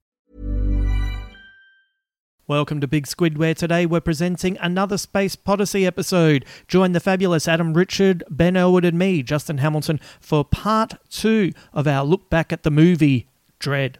Welcome to Big Squid, where today we're presenting another Space Podyssey episode. Join the fabulous Adam Richard, Ben Elwood, and me, Justin Hamilton, for part two of our look back at the movie Dread.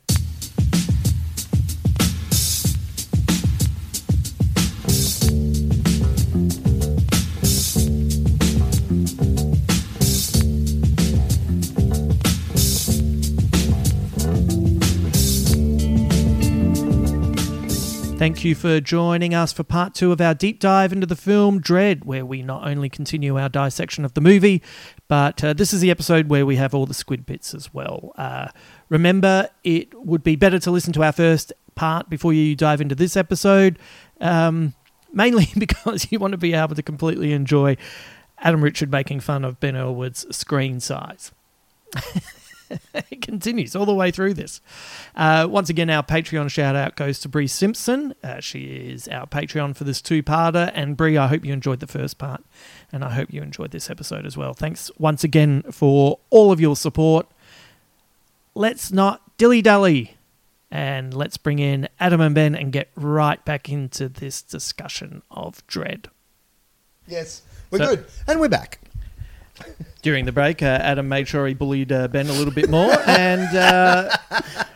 Thank you for joining us for part two of our deep dive into the film Dread, where we not only continue our dissection of the movie, but uh, this is the episode where we have all the squid bits as well. Uh, remember, it would be better to listen to our first part before you dive into this episode, um, mainly because you want to be able to completely enjoy Adam Richard making fun of Ben Elwood's screen size it continues all the way through this. Uh, once again, our Patreon shout out goes to Bree Simpson. Uh, she is our Patreon for this two parter. And Bree, I hope you enjoyed the first part. And I hope you enjoyed this episode as well. Thanks once again for all of your support. Let's not dilly dally. And let's bring in Adam and Ben and get right back into this discussion of dread. Yes, we're So- good, and we're back. During the break, uh, Adam made sure he bullied uh, Ben a little bit more. And uh,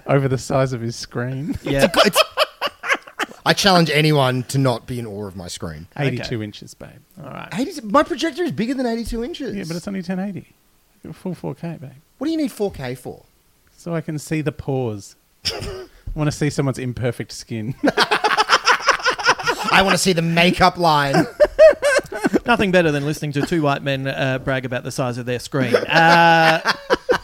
over the size of his screen. yeah. I challenge anyone to not be in awe of my screen. 82 inches, babe. All right. 82, my projector is bigger than 82 inches. Yeah, but it's only 1080. You're Full 4K, babe. what do you need 4K for? So I can see the pores. I want to see someone's imperfect skin. I want to see the makeup line. Nothing better than listening to two white men uh, brag about the size of their screen. Uh,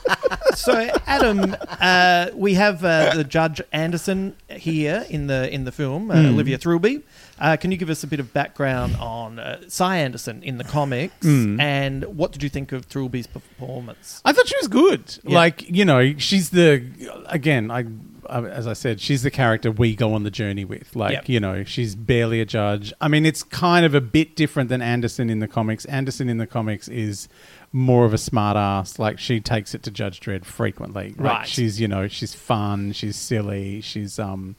so, Adam, uh, we have uh, the Judge Anderson here in the in the film, uh, Olivia Thirlby. Uh, can you give us a bit of background on uh, Cy Anderson in the comics, and what did you think of Thirlby's performance? I thought she was good. Like, you know, she's the, again, I, I, as I said, she's the character we go on the journey with. Like, Yep. you know, she's barely a judge. I mean, it's kind of a bit different than Anderson in the comics. Anderson in the comics is more of a smart ass. Like, she takes it to Judge Dredd frequently. Like, Right. She's, you know, she's fun, she's silly, she's, um,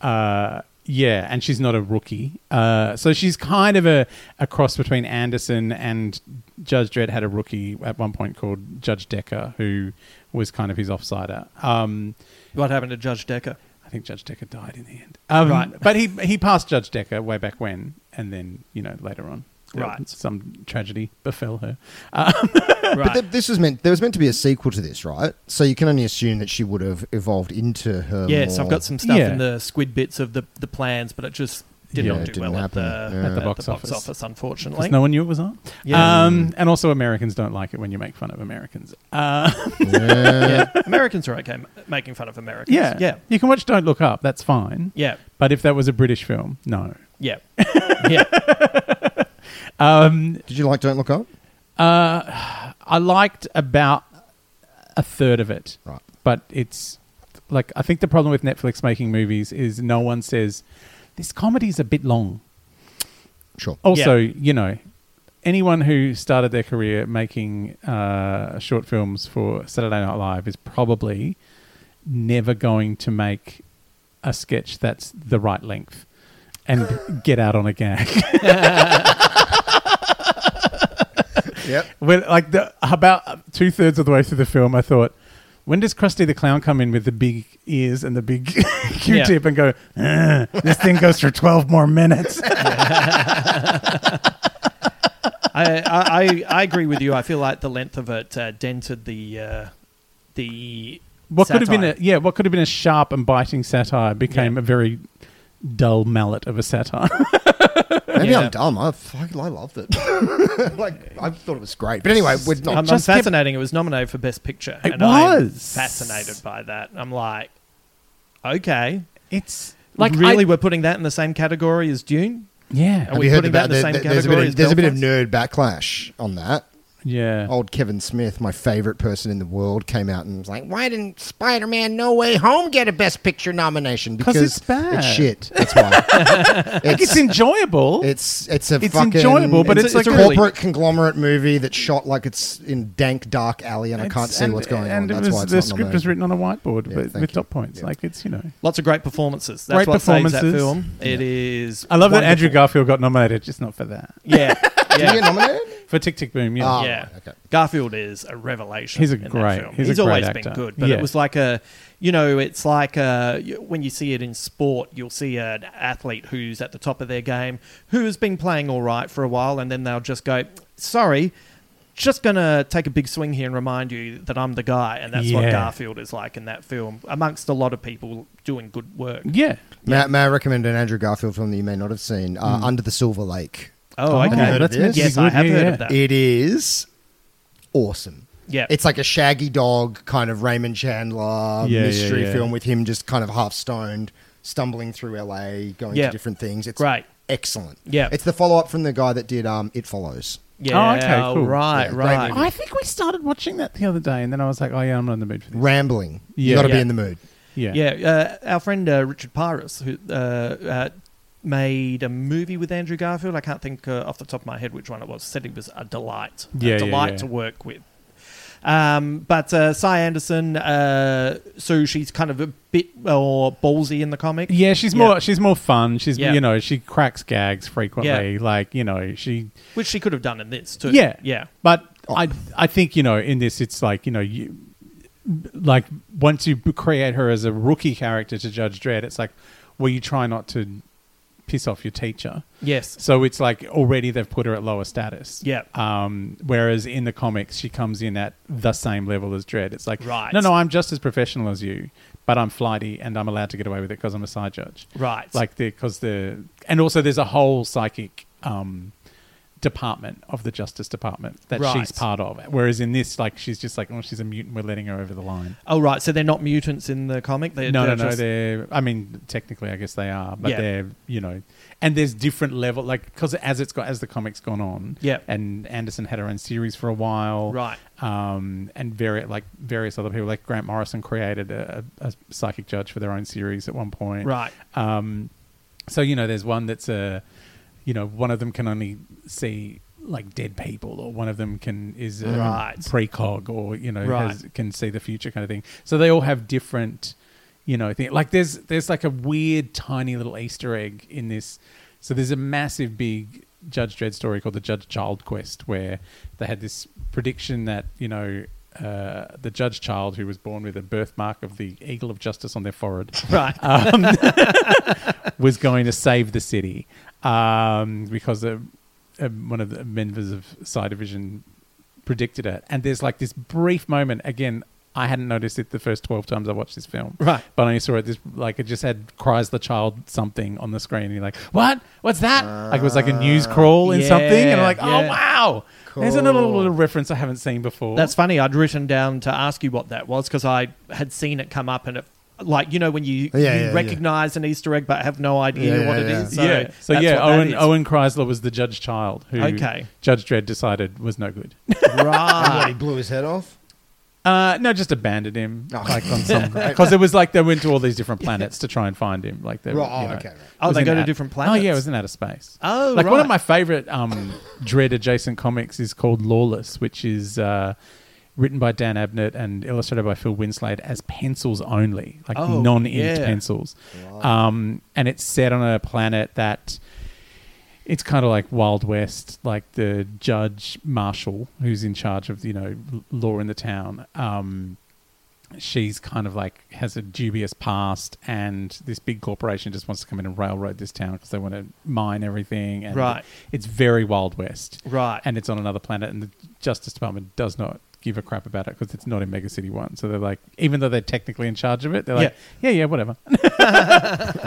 uh, yeah, and she's not a rookie. Uh, so she's kind of a, a cross between Anderson and Judge Dredd had a rookie at one point called Judge Decker, who was kind of his offsider. Um, What happened to Judge Decker? I think Judge Decker died in the end. Um, Right. But he, he passed Judge Decker way back when, and then, you know, later on. there- Right. Some tragedy befell her. Right. Th- this was meant. There was meant to be a sequel to this, right? So you can only assume that she would have evolved into her. Yes, more- I've got some stuff Yeah. in the squid bits of the, the plans, but it just did Yeah, not it do didn't well at happen. the, Yeah. at the box, office. unfortunately. Because no one knew it was on. Yeah. Um, and also, Americans don't like it when you make fun of Americans. Uh, yeah. Americans are okay m- making fun of Americans. yeah. Yeah. You can watch Don't Look Up. That's fine. Yeah. But if that was a British film, no. Yeah. yeah. Did you like Don't Look Up? I liked about a third of it. Right. But it's like I think the problem with Netflix making movies is no one says this comedy's a bit long. Sure. Oh, Also, Yeah. you know, anyone who started their career making uh, short films for Saturday Night Live is probably never going to make a sketch that's the right length and get out on a gag. Yep. when like the about two thirds of the way through the film, I thought, when does Krusty the Clown come in with the big ears and the big Q-tip and go, "Ugh, this thing goes for twelve more minutes? I, I, I- I agree with you. I feel like the length of it uh, dented the uh, the what could have been a satire. yeah? What could have been a sharp and biting satire became Yeah. a very dull mallet of a satire. Maybe Yeah. I'm dumb. I fucking I loved it. like I thought it was great. But anyway, we're not. I'm, I'm just kept- fascinating. It was nominated for Best Picture. It and I'm was. fascinated by that. I'm like, okay, it's like like really, I- we're putting that in the same category as Dune. yeah, Are we putting that in the same there- there's a category bit as of, there's a bit of Belfast? nerd backlash on that. yeah. Old Kevin Smith, my favorite person in the world, came out and was like, "Why didn't Spider-Man: No Way Home get a Best Picture nomination? 'Cause it's bad. It's shit. That's why. Like, it's enjoyable. It's it's a It's fucking enjoyable, but it's like a a corporate really- conglomerate movie that's shot like it's in dank dark alley, and I can't It's- see and- what's going on. and it That's was- why it's the not script nominated. was written on a whiteboard Yeah, with, thank with you. dot points. Yeah. Like it's you know. Lots of great performances. That's Great what saves that performances. film. It is. I love that wonderful. Andrew Garfield got nominated, just not for that. Yeah, Did he yeah. get nominated? For Tick Tick Boom, yeah. Ah, Yeah. right, okay. Garfield is a revelation. He's a in that great- film. he's a He's, great always actor. been good, but Yeah. it was like a, you know, it's like a, y- when you see it in sport, you'll see an athlete who's at the top of their game, who has been playing all right for a while, and then they'll just go, sorry, just gonna take a big swing here and remind you that I'm the guy, and that's Yeah. what Garfield is like in that film, amongst a lot of people doing good work. Yeah. Mm. May, may I recommend an Andrew Garfield film that you may not have seen, uh, Under the Silver Lake? Oh, Oh, okay, that's meant to be yes, I good, have yeah, heard yeah. of that. It is awesome. yeah, It's like a shaggy dog kind of Raymond Chandler Yeah, yeah, mystery yeah. film with him just kind of half stoned, stumbling through LA, going Yeah. to different things. It's Great. excellent. Yeah. it's the follow up from the guy that did um, It Follows. yeah, Oh, okay, cool. right, Yeah, great right. movie. I think we started watching that the other day, and then I was like, oh, yeah, I'm not in the mood for this. Rambling. Yeah. You got to Yeah. be in the mood. yeah. Yeah, uh, our friend uh, Richard Pyrus, who uh, uh, made a movie with Andrew Garfield. I can't think uh, off the top of my head which one it was. Said it was a delight, Yeah, yeah, a delight yeah. to work with. Um, but uh, Cy Anderson, uh, so she's kind of a bit more ballsy in the comic. Yeah, she's Yeah. more she's more fun. She's Yeah. you know she cracks gags frequently. Like you know she which she could have done in this too. yeah yeah, But I I think you know in this it's like you know you like once you b- create her as a rookie character to Judge Dredd, it's like well you try not to piss off your teacher. yes, So it's like already they've put her at lower status. Yeah. Um, whereas in the comics, she comes in at the same level as Dread. It's like, Right. no, no, I'm just as professional as you, but I'm flighty and I'm allowed to get away with it because I'm a side judge. Right. Like the because the and also there's a whole psychic um, department of the Justice Department that Right. she's part of. Whereas in this, like she's just like, oh, she's a mutant. We're letting her over the line. Oh right, so they're not mutants in the comic. They're, No, no, they're no. just- They're. I mean, technically, I guess they are, but Yeah. they're. You know, and there's different level, like because as it's got as the comics gone on, Yeah. And Anderson had her own series for a while, Right. Um, and various like various other people, like Grant Morrison created a, a psychic judge for their own series at one point, right. um, so you know, there's one that's a, you know, one of them can only see like dead people, or one of them can is a Right. precog, or you know, Right. has, can see the future kind of thing. So they all have different, you know, thing. Like there's there's like a weird tiny little Easter egg in this. So there's a massive big Judge Dredd story called the Judge Child Quest, where they had this prediction that you know. Uh, the judge child who was born with a birthmark of the eagle of justice on their forehead Right. was going to save the city um, because uh uh one of the members of Side Division predicted it. And there's like this brief moment again. I hadn't noticed it the first twelve times I watched this film, Right. But I only saw it this like it just had cries the child something on the screen. And you're like, what? What's that? like it was like a news crawl in something, Ah, and I'm Yeah, like, oh yeah. wow, there's another little, little reference I haven't seen before. That's funny. I'd written down to ask you what that was because I had seen it come up and it. Like you know when you, Yeah, yeah, you yeah. recognize an Easter egg but have no idea Yeah, what it yeah. is. So yeah. So that's yeah, what that Owen is. Owen Chrysler was the judge child who Okay. Judge Dredd decided was no good. And what, right. he blew his head off. Uh, no, just abandoned him, Oh. like on some because it was like they went to all these different planets to try and find him. Like they, were, Right, oh, you know, okay, right. Oh, it was they in go to out- different Oh yeah, it planets. was in outer space. Oh, like one right. of my favorite um, dread adjacent comics is called Lawless, which is uh, written by Dan Abnett and illustrated by Phil Winslade as pencils only, like Oh, non-inked yeah. pencils. Um, and it's set on a planet that it's kind of like Wild West, like the judge marshal who's in charge of you know l- law in the town. Um, she's kind of like has a dubious past, and this big corporation just wants to come in and railroad this town because they want to mine everything. And Right. it's very Wild West, Right. And it's on another planet, and the Justice Department does not give a crap about it because it's not in Mega City One. So they're like, even though they're technically in charge of it, they're like, yeah, yeah, whatever.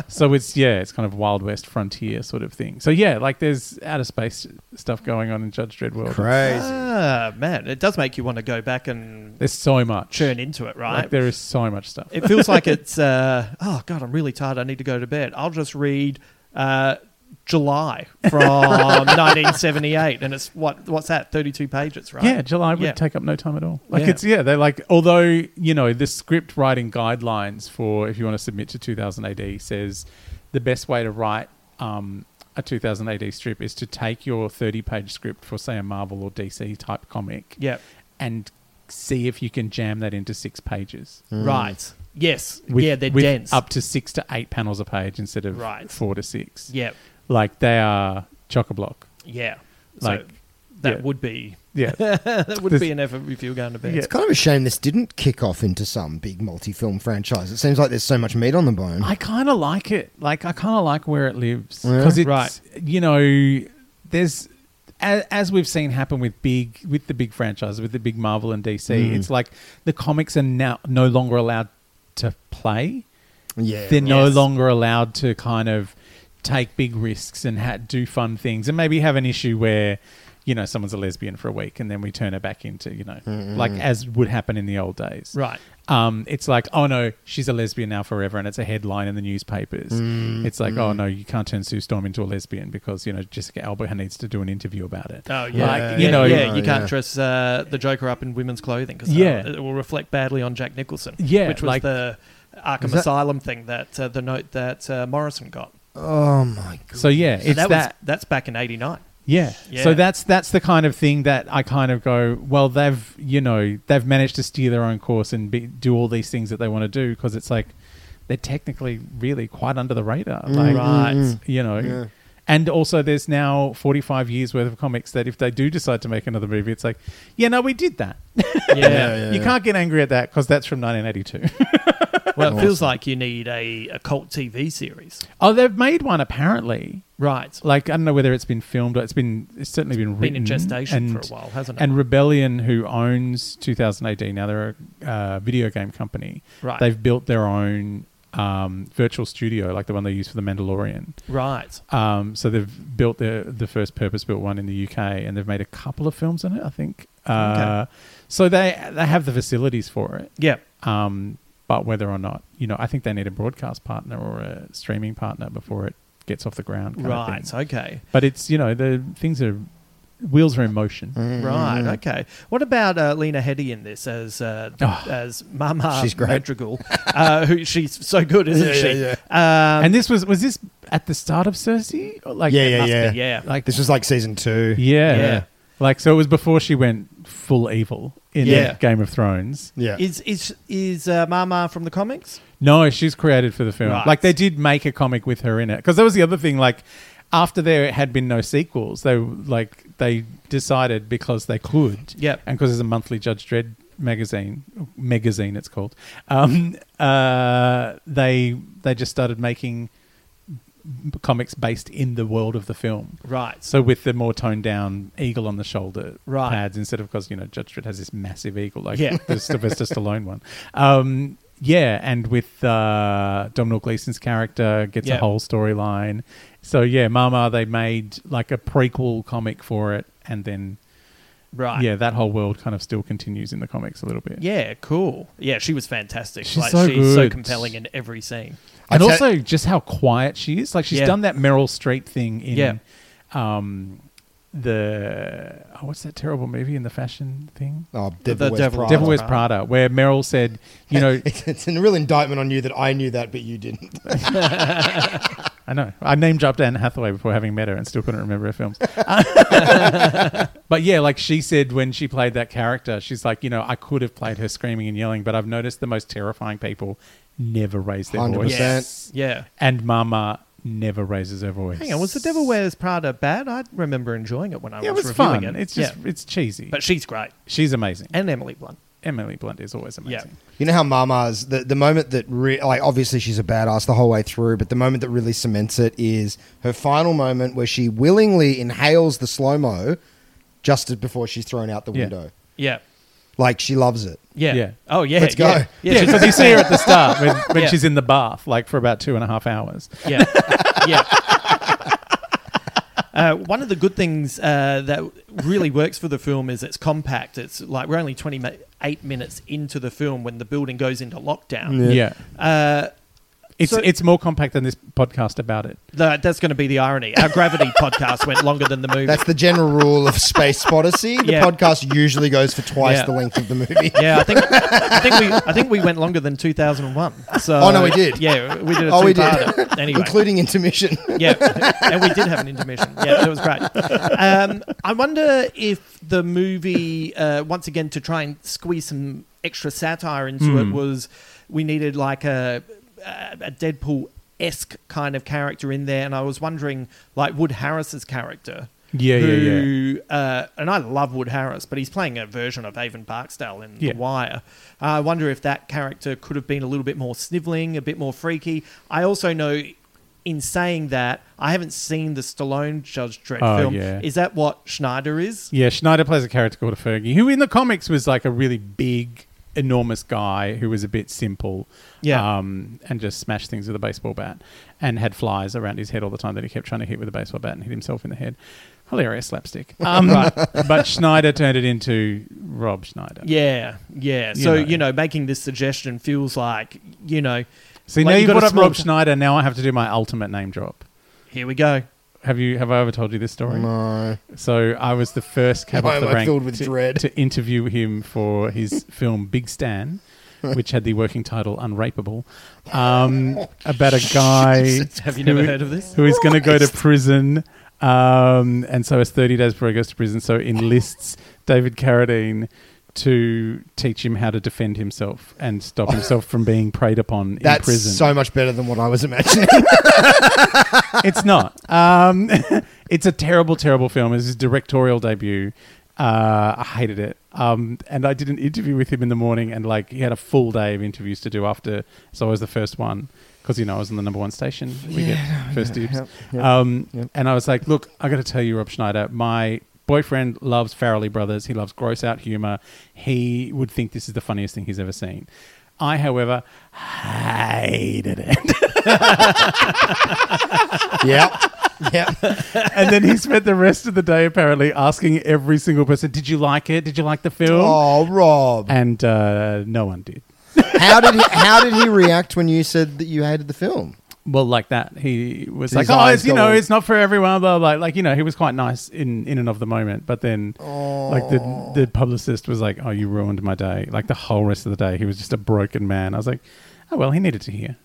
So it's yeah, it's kind of Wild West frontier sort of thing. So yeah, like there's outer space stuff going on in Judge Dredd world. Crazy. Ah, man, it does make you want to go back and There's so much. churn into it, right? Like there is so much stuff. it feels like it's uh, oh god i'm really tired i need to go to bed i'll just read uh, july from 1978 and it's what what's that 32 pages right Yeah, July would Yeah. take up no time at all. Like Yeah. it's yeah, they're like although you know the script writing guidelines for if you want to submit to 2000 AD says the best way to write um, a 2000 AD strip is to take your 30 page script for say a Marvel or DC type comic, Yep. and see if you can jam that into six pages. Hmm. right yes with- yeah they're with dense Up to six to eight panels a page instead of Right. four to six. yep Like they are chock a block. yeah Like, so that yeah. would be Yeah. that would This- be an effort if you were going to bed Yeah. It's kind of a shame this didn't kick off into some big multi-film franchise. It seems like there's so much meat on the bone. I kind of like it. Like I kind of like where it lives because it's Right. you know there's as, as we've seen happen with big with the big franchises with the big Marvel and DC. It's like the comics are now no longer allowed to play. yeah. they're no Yes. longer allowed to kind of take big risks and ha- do fun things and maybe have an issue where you know someone's a lesbian for a week and then we turn her back into you know like as would happen in the old days Mm-hmm. Right. um, it's like oh no she's a lesbian now forever and it's a headline in the newspapers Mm, it's like oh no you can't turn sue storm into a lesbian because you know jessica alba needs to do an interview about it Oh yeah, like, you you yeah, know, know yeah, you can't yeah. dress uh, the Joker up in women's clothing because Yeah. it will reflect badly on Jack Nicholson. Yeah, which was like- the Arkham Asylum thing that uh, the note that uh, Morrison got. oh my god. so yeah So it's that, that, was- that's back in '89. Yeah. Yeah. So that's that's the kind of thing that I kind of go, well, they've you know they've managed to steer their own course and be, do all these things that they want to do because it's like they're technically really quite under the radar, like Right. mm, you know. And also, there's now 45 years worth of comics that if they do decide to make another movie, it's like, yeah, no, we did that. Yeah, you can't get angry at that because that's from 1982. well, it feels like you need a, a cult TV series, oh, they've made one apparently. right? like I don't know whether it's been filmed or it's been it's certainly been Been written in gestation for a while, hasn't it? And Rebellion, who owns 2018, now they're a uh, video game company. Right. They've built their own um, virtual studio, like the one they use for the Mandalorian. Right. Um, so they've built the the first purpose built one in the UK, and they've made a couple of films on it, I think. Uh, So they they have the facilities for it. Yeah. Um, but whether or not, you know, I think they need a broadcast partner or a streaming partner before it gets off the ground. kind of thing. Right. Okay. But it's you know the things are wheels are in motion. Mm-hmm. Right. Mm. Okay. What about uh, Lena Headey in this as uh, Oh. as Mama She's great. Madrigal? Uh, who she's so good, isn't Yeah, she? yeah, Um, and this was was this at the start of Cersei? Or like Yeah, it yeah, must yeah. be, yeah. Like This was like season two. yeah. Yeah. Like so it was before she went full evil in Yeah. Game of Thrones. Yeah. Is is is uh, Mama from the comics? No, she's created for the film. Right. Like they did make a comic with her in it because that was the other thing. Like after there had been no sequels, they like they decided because they could. Yep. and because it's a monthly Judge Dredd magazine, magazine it's called. Um, uh, they they just started making b- comics based in the world of the film. Right. So with the more toned down eagle on the shoulder Right. pads instead of because you know Judge Dredd has this massive eagle like Yeah. the Sylvester Stallone one. Um, yeah, and with uh, Domhnall Gleeson's character gets Yeah. a whole storyline. So yeah, Mama they made like a prequel comic for it, and then right. yeah, that whole world kind of still continues in the comics a little bit. Yeah, cool. Yeah, she was fantastic. She's like, so she's so good. compelling in every scene. and I te- also just how quiet she is. Like she's Yeah. done that Meryl Streep thing in Yeah. um, the oh, what's that terrible movie in the fashion thing? Oh, The Devil Wears Devil- Prada. Devil Wears Prada, where Meryl said, you know, it's, it's a real indictment on you that I knew that, but you didn't. I know. I name dropped Anne Hathaway before having met her and still couldn't remember her films. but yeah, like she said when she played that character, she's like, you know, I could have played her screaming and yelling, but I've noticed the most terrifying people never raise their 100%. voice. Yes. Yeah. And Mama never raises her voice. Hang on, was The Devil Wears Prada bad? I remember enjoying it when I Yeah, it was, was reviewing fun. it. It's just Yeah. it's cheesy. But she's great. she's amazing. And Emily Blunt. Emily Blunt is always amazing. You know how Mama's the, the moment that re- like obviously she's a badass the whole way through, but the moment that really cements it is her final moment where she willingly inhales the slow mo just as before she's thrown out the Yeah. window. Yeah. Like she loves it. Yeah. Yeah. Oh, yeah. Let's go. Yeah. Yeah. Yeah, she's- because you see her at the start when, when Yeah. she's in the bath, like for about two and a half hours. Yeah. yeah. Uh, one of the good things uh, that really works for the film is it's compact. It's like we're only 28 minutes into the film when the building goes into lockdown. Yeah. Uh, It's So- it's more compact than this podcast about it. tha- that's going to be the irony. Our Gravity podcast went longer than the movie. That's the general rule of Space Spodacy. The Yeah. podcast usually goes for twice Yeah. the length of the movie. yeah, I think I think we I think we went longer than 2001. So Oh, no, we did. Yeah, we did. A Oh, we did. two-parter. Anyway, Including intermission. yeah, and we did have an intermission. Yeah, it was great. Um, I wonder if the movie, uh, once again, to try and squeeze some extra satire into Hmm. it, was we needed like a a Deadpool esque kind of character in there, and I was wondering like Wood Harris's character. Yeah, yeah, yeah. who, Uh, and I love Wood Harris, but he's playing a version of Avon Barksdale in Yeah. The Wire. I wonder if that character could have been a little bit more sniveling, a bit more freaky. I also know, in saying that, I haven't seen the Stallone Judge Dredd Oh, film. yeah. Is that what Schneider is? Yeah, Schneider plays a character called Fergie, who in the comics was like a really big, enormous guy who was a bit simple. Yeah. Um, and just smashed things with a baseball bat and had flies around his head all the time that he kept trying to hit with a baseball bat and hit himself in the head. Hilarious slapstick. Um, But Schneider turned it into Rob Schneider. Yeah, yeah. You So know. you know, making this suggestion feels like you know. See, like now you got brought a up small Rob t- Schneider. Now I have to do my ultimate name drop. Here we go. Have you? Have I ever told you this story? No. So I was the first cab Why off the am I rank filled with to, dread? to interview him for his film Big Stan, which had the working title Unrapeable, um, about a guy Have you never heard of this? who is going to go to prison, um, and so it's thirty days before he goes to prison. So enlists David Carradine to teach him how to defend himself and stop himself from being preyed upon in That's prison so much better than what I was imagining. it's not. Um, it's a terrible, terrible film. It's his directorial debut. Uh, I hated it. Um, and I did an interview with him in the morning, and like he had a full day of interviews to do after. So I was the first one because you know I was on the number one station. We get first dibs. Um, And I was like, look, I got to tell you, Rob Schneider, my boyfriend loves Farrelly Brothers. He loves gross out humor. He would think this is the funniest thing he's ever seen. I, however, hated it. yeah. Yeah. and then he spent the rest of the day apparently asking every single person, "Did you like it? Did you like the film?" Oh, Rob. And uh, no one did. How did he, how did he react when you said that you hated the film? Well, like that, he was His like, "Oh, eyes it's you go know, all- it's not for everyone." Blah blah. blah. Like you know, he was quite nice in in and of the moment, but then like the the publicist was like, "Oh, you ruined my day." Like the whole rest of the day, he was just a broken man. I was like, "Oh well, he needed to hear."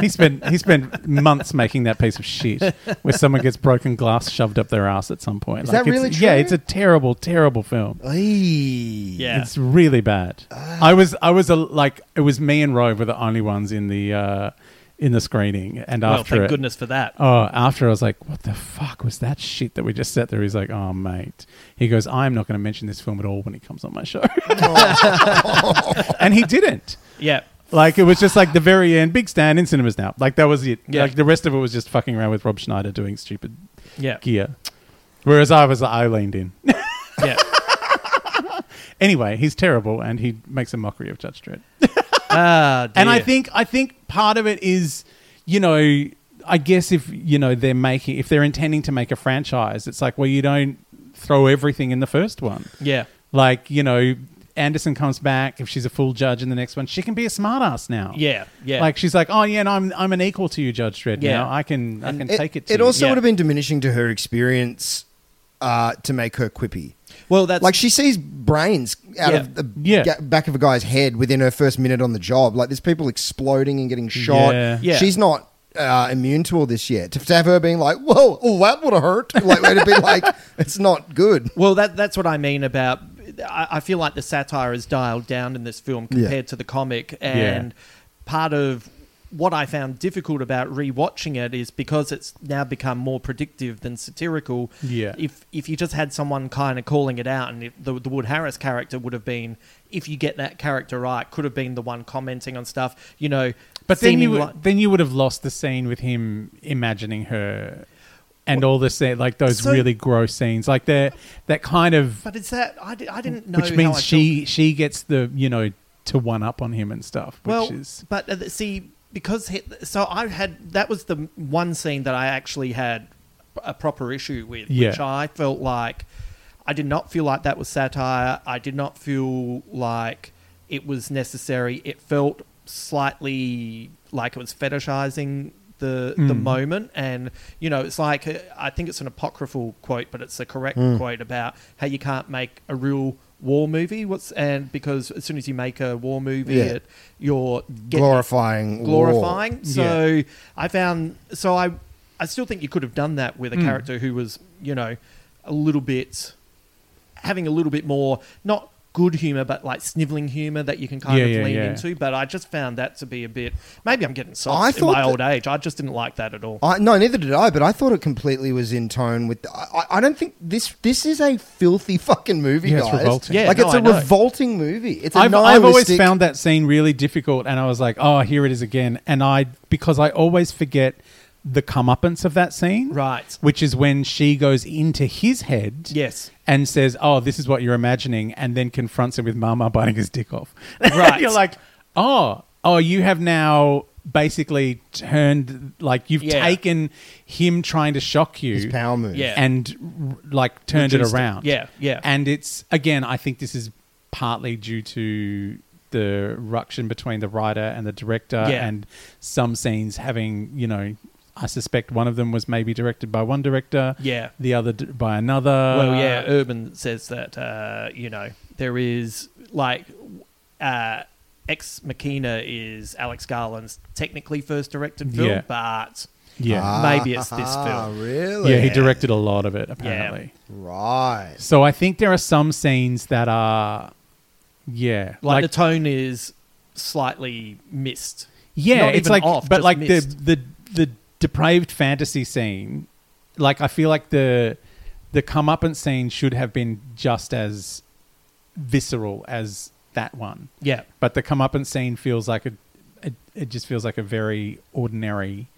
he spent he spent months making that piece of shit where someone gets broken glass shoved up their ass at some point. Is like that it's- really Yeah, true? it's a terrible, terrible film. Yeah. Yeah. It's really bad. I was I was a, like it was me and Roy were the only ones in the uh, in the screening and well, after thank it, goodness for that. Oh, after I was like, what the fuck was that shit that we just sat there? He's like, oh, mate. He goes, I'm not going to mention this film at all when he comes on my show. and he didn't. Yeah. Like, it was just like the very end, big stand in cinemas now. Like, that was it. Yeah. Like, the rest of it was just fucking around with Rob Schneider doing stupid Yeah. gear. Whereas I was, I leaned in. Yeah. anyway, he's terrible and he makes a mockery of Judge Dredd. Ah, And I dear. think I think part of it is, you know, I guess if you know they're making if they're intending to make a franchise, it's like well you don't throw everything in the first one. Yeah. Like you know, Anderson comes back if she's a full judge in the next one, she can be a smartass now. Yeah. Yeah. Like she's like, oh yeah, and I'm I'm an equal to you, Judge Dredd. Yeah. Now I can I can It, take it. To it you." also Yeah. would have been diminishing to her experience uh, to make her quippy. Well, that's Like she sees brains out Yeah. of the Yeah. ga- back of a guy's head within her first minute on the job. Like there's people exploding and getting shot. Yeah. Yeah. She's not uh, immune to all this yet. To, to have her being like, "Whoa, oh, that would have hurt," like it'd be like, it's not good. Well, that that's what I mean about. I, I feel like the satire is dialed down in this film compared to the comic, and part of what I found difficult about rewatching it is because it's now become more predictive than satirical. Yeah. If if you just had someone kind of calling it out, and if the the Wood Harris character would have been, if you get that character right, could have been the one commenting on stuff. You know, But then seeming you would, like- then you would have lost the scene with him imagining her, and all the scene like those So- really gross scenes, like that that kind of But it's that I, di- I didn't know which how means I she she gets the you know to one up on him and stuff. Which well, is but uh, see, because he, so I had that was the one scene that I actually had a proper issue with, Yeah. which I felt like I did not feel like that was satire. I did not feel like it was necessary. It felt slightly like it was fetishizing the the Hmm. moment and you know it's like uh, i think it's an apocryphal quote but it's a correct Hmm. quote about how you can't make a real war movie what's and because as soon as you make a war movie Yeah. it you're getting- Glorifying war. glorifying so i found so i i still think you could have done that with a character who was you know a little bit having a little bit more not good humor but like sniveling humor that you can kind Yeah, of yeah, lean yeah. into but i just found that to be a bit maybe i'm getting I soft in thought my that- old age i just didn't like that at all I, no, neither did I. But I thought it completely was in tone with. I, I- I don't think this. This is a filthy fucking movie, Yeah, it's guys. revolting. Yeah, like no, it's a I know. revolting movie. It's a I've, I've always nihilistic- found that scene really difficult, and I was like, oh, here it is again. And I, because I always forget the comeuppance of that scene. Right. Which is when she goes into his head. Yes. And says, oh, this is what you're imagining, and then confronts him with Mama biting his dick off. And Right. you're like, oh, oh, you have now basically turned, like, you've Yeah. taken him trying to shock you. his power move. Yeah. and r- like turned Reduced it it. around. Yeah, yeah. And it's again, I think this is partly due to the ruction between the writer and the director, Yeah. and some scenes having you know. I suspect one of them was maybe directed by one director, Yeah. the other d- by another. Uh, Well, yeah, Urban says that uh, you know there is like uh, Ex Machina is Alex Garland's technically first directed film, Yeah. but yeah, maybe it's this Ah, film. really? yeah. He directed a lot of it apparently. Right. So I think there are some scenes that are, yeah, Like, the tone is slightly missed. Yeah, Not it's even like, off, but just like missed. the the the depraved fantasy scene, like I feel like the the comeuppance scene should have been just as visceral as that one. yeah, But the comeuppance scene feels like a, it, it just feels like a very ordinary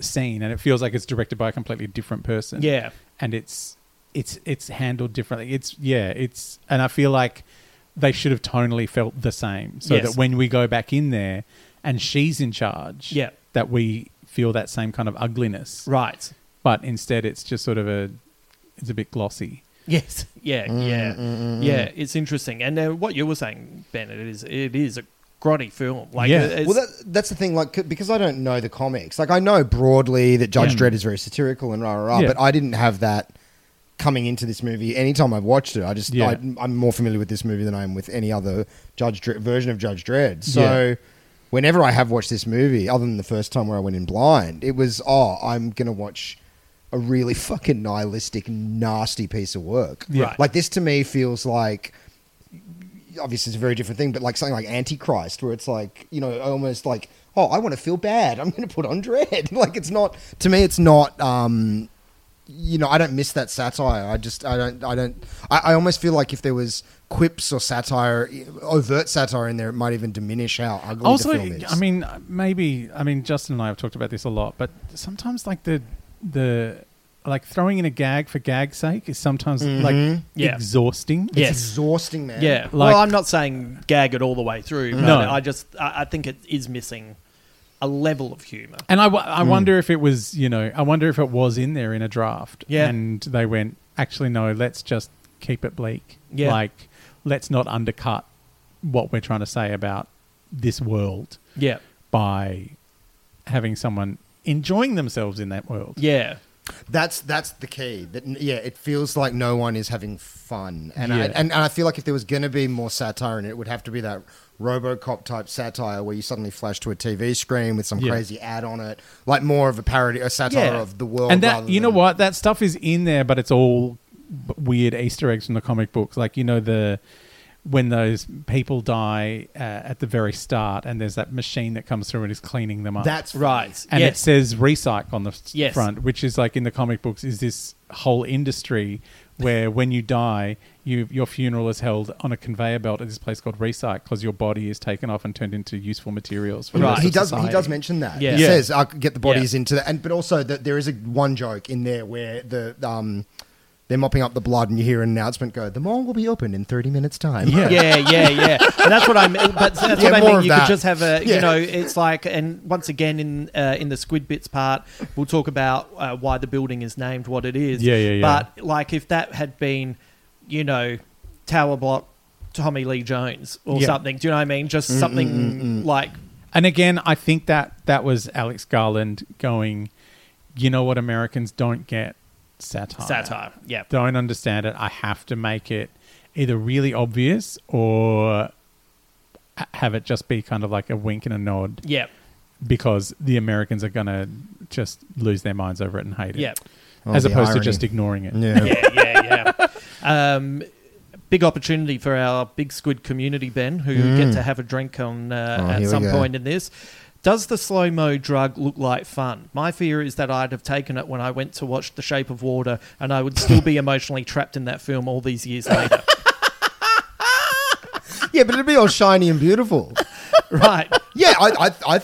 scene, and it feels like it's directed by a completely different person. Yeah. and it's it's it's handled differently. It's yeah, it's and I feel like they should have tonally felt the same, so Yes. that when we go back in there and she's in charge, Yeah. that we feel that same kind of ugliness. right. But instead, it's just sort of a it's a bit glossy. Yes, Mm, yeah, yeah, yeah. It's interesting, and uh, what you were saying, Ben, it is it is a grotty film. Like, Yeah. it's- Well, that, that's the thing. Like, c- because I don't know the comics. Like, I know broadly that Judge Dredd is very satirical and rah rah rah. Mm. Yeah. But I didn't have that coming into this movie. Anytime I've watched it, I just Yeah. I, I'm more familiar with this movie than I am with any other Judge Dredd, version of Judge Dredd. So. Yeah. Whenever I have watched this movie, other than the first time where I went in blind, it was oh, I'm gonna watch a really fucking nihilistic, nasty piece of work. Yeah. Right. Like this to me feels like obviously it's a very different thing, but like something like Antichrist, where it's like, you know, almost like, oh, I want to feel bad. I'm going to put on dread. like it's not, to me, it's not, um, you know, I don't miss that satire. I just, I don't, I don't, I, I almost feel like if there was quips or satire, overt satire in there, it might even diminish how ugly also the film is. i mean maybe i mean justin and i have talked about this a lot but sometimes like the the like throwing in a gag for gag's sake is sometimes like Mm-hmm. Yeah. exhausting Yeah. yes. exhausting, man. Yeah. Like- well, I'm not saying gag it all the way through. But No. I just I, I think it is missing a level of humor. and i, wo- I Mm. wonder if it was you know i wonder if it was in there in a draft Yeah. and they went actually no let's just keep it bleak Yeah. like let's not undercut what we're trying to say about this world Yeah. by having someone enjoying themselves in that world Yeah. That's that's the key. That yeah, it feels like no one is having fun, and I, Yeah. and, and I feel like if there was gonna be more satire in it, it would have to be that RoboCop type satire where you suddenly flash to a TV screen with some Yeah. crazy ad on it, like more of a parody, a satire Yeah. of the world. and that rather you know than- what that stuff is in there but it's all b- weird easter eggs from the comic books like you know the when those people die uh, at the very start and there's that machine that comes through and is cleaning them up That's Right. and it yes. says recycle on the f- Yes. front which is like in the comic books is this whole industry where when you die you, your funeral is held on a conveyor belt at this place called recycle because your body is taken off and turned into useful materials for the Right. rest He of does. society. He does mention that. Yeah. He Yeah. says, "I could get the bodies Yeah. into that." And but also that there is a one joke in there where the um, they're mopping up the blood, and you hear an announcement go, "The mall will be open in thirty minutes' time." yeah, yeah, yeah. And that's what I mean. But that's Yeah, what I more mean. of You that. could just have a, Yeah. you know, it's like, and once again in uh, in the squid bits part, we'll talk about uh, why the building is named what it is. Yeah, yeah, yeah. But like, if that had been, you know, Tower Block, Tommy Lee Jones or Yeah. Mm, something. Do you know what I mean? Just something like, And again, I think that that was Alex Garland going, you know what, Americans don't get Ah. satire. Satire, yeah. Don't understand it. I have to make it either really obvious or ha- have it just be kind of like a wink and a nod yeah, because the Americans are going to just lose their minds over it and hate it. Yeah. Oh, As the opposed irony. to just ignoring it. Yeah. yeah, yeah, yeah. um, big opportunity for our big squid community, Ben, who get to have a drink on uh, Mm. at Oh, here we some go. point in this. Does the slow mo drug look like fun? My fear is that I'd have taken it when I went to watch The Shape of Water, and I would still be emotionally trapped in that film all these years later. Yeah, but it'd be all shiny and beautiful. right? Yeah, I, I, I,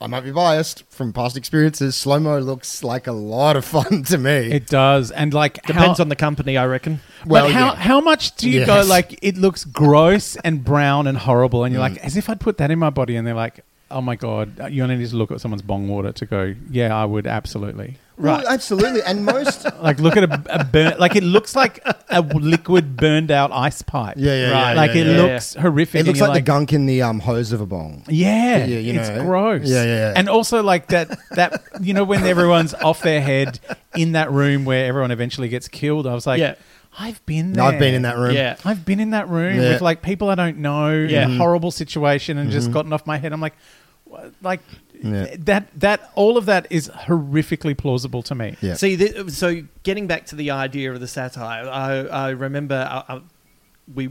I might be biased from past experiences. Slow mo looks like a lot of fun to me. It does. And like, Depends how, on the company, I reckon. well, but how, yeah. how much do you go Yes. like it looks gross and brown and horrible and you're Mm. like as if I'd put that in my body and they're like oh my god you only need to look at someone's bong water to go yeah I would absolutely Well, right. absolutely, and most. like look at a, a burn like it looks like a liquid burned out ice pipe Yeah, yeah, yeah, like yeah, it yeah. looks horrific It looks and you're like, the gunk in the um, hose of a bong. yeah, Yeah, you it's know. gross. Yeah, yeah, yeah. And also like that that you know when everyone's off their head in that room where everyone eventually gets killed. I was like, Yeah. I've been there. I've been in that room. Yeah. I've been in that room Yeah. Mm-hmm. with like people I don't know Yeah. in a horrible situation and just gotten off my head. I'm like, wha- like Yeah. that that all of that is horrifically plausible to me. Yeah. See, th- so getting back to the idea of the satire, I, I remember I, I, we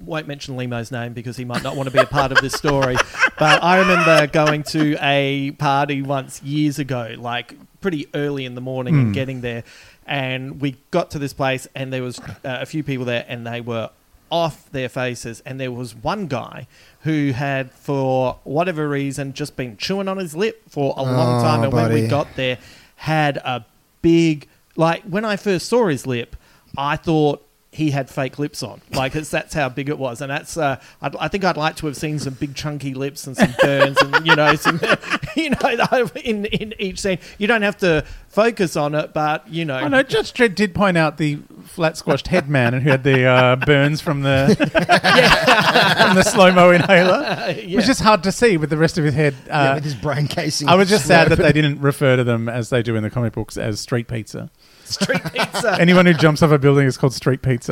won't mention Limo's name because he might not want to be a part of this story. But I remember going to a party once years ago, like pretty early in the morning, Hmm. and getting there, and we got to this place, and there was uh, a few people there, and they were off their faces and there was one guy who had for whatever reason just been chewing on his lip for a long Oh, time and when we buddy. got up there had a big like when I first saw his lip, I thought he had fake lips on. Like it's that's how big it was, and that's uh, I'd, I think I'd like to have seen some big chunky lips and some burns, and you know, some you know, in in each scene. You don't have to focus on it, but you know, I know Judge Dredd did point out the flat squashed head man and who had the uh, burns from the from the slow mo inhaler. It was just hard to see with the rest of his head. Uh, yeah, with his brain casing. I was just sad that they didn't refer to them as they do in the comic books as street pizza. street pizza. Anyone who jumps off a building is called street pizza.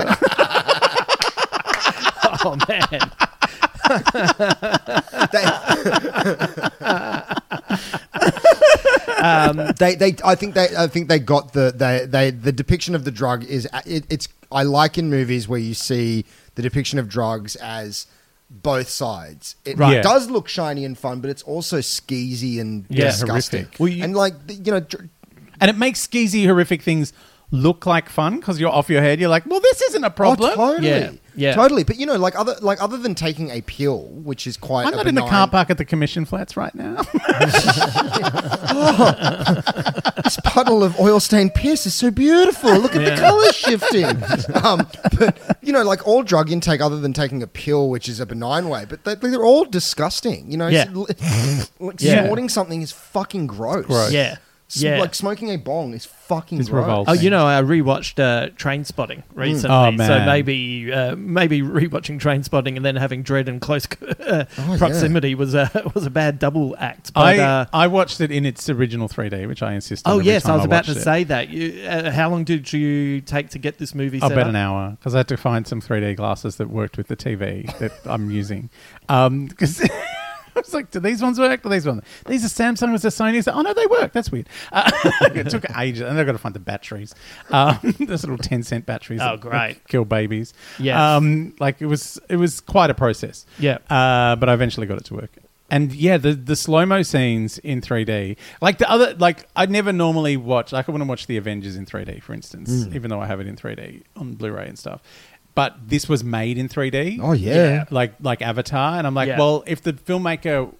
oh man, they, um, they, they, I think they, I think they got the, they, they, the depiction of the drug is, it, it's, I like in movies where you see the depiction of drugs as both sides. It Right. Yeah. does look shiny and fun, but it's also skeezy and Yeah, disgusting. horrific. Well, you- and like, you know, dr- oh, and it makes skeezy, horrific things look like fun because you're off your head. You're like, well, this isn't a problem. Oh, totally. Yeah, yeah. Totally. But you know, like other, like other than taking a pill, which is quite. I'm a not in the benign- car park at the commission flats right now. this puddle of oil stained piss is so beautiful. Look at the colours shifting. Um, but you know, like all drug intake, other than taking a pill, which is a benign way, but they, they're all disgusting. You know, Yeah. It's- like Yeah. snorting something is fucking gross. gross. Yeah. Sm- Yeah. Like smoking a bong is fucking It's gross. Oh, revolting. you know, I rewatched uh, Train Spotting Mm. recently, Oh, so man. maybe uh, maybe rewatching Train Spotting and then having Dread and close uh, Oh, yeah. proximity was a was a bad double act. But, I, uh, I watched it in its original 3D, which I insist. on oh every yes, time I was about to watched it. say that. You, uh, how long did you take to get this movie? Oh, set about up? an hour because I had to find some 3D glasses that worked with the TV that I'm using. Because I was like, do these ones work? Do these ones? These are Samsung, was the Sony's. Oh no, they work. That's weird. Uh, it took ages, and I've got to find the batteries. Um, those little 10 cent batteries. Oh, that great. Kill babies. Yes. Um, like it was, it was quite a process. Yeah. Uh, but I eventually got it to work. And yeah, the, the slow mo scenes in 3D, like the other, like I never normally watch, like I wouldn't watch the Avengers in 3D, for instance, Hmm. even though I have it in 3D on Blu-ray and stuff. But this was made in 3D. Oh, yeah. Yeah. like like Avatar, and I'm like, Yeah. well, if the filmmaker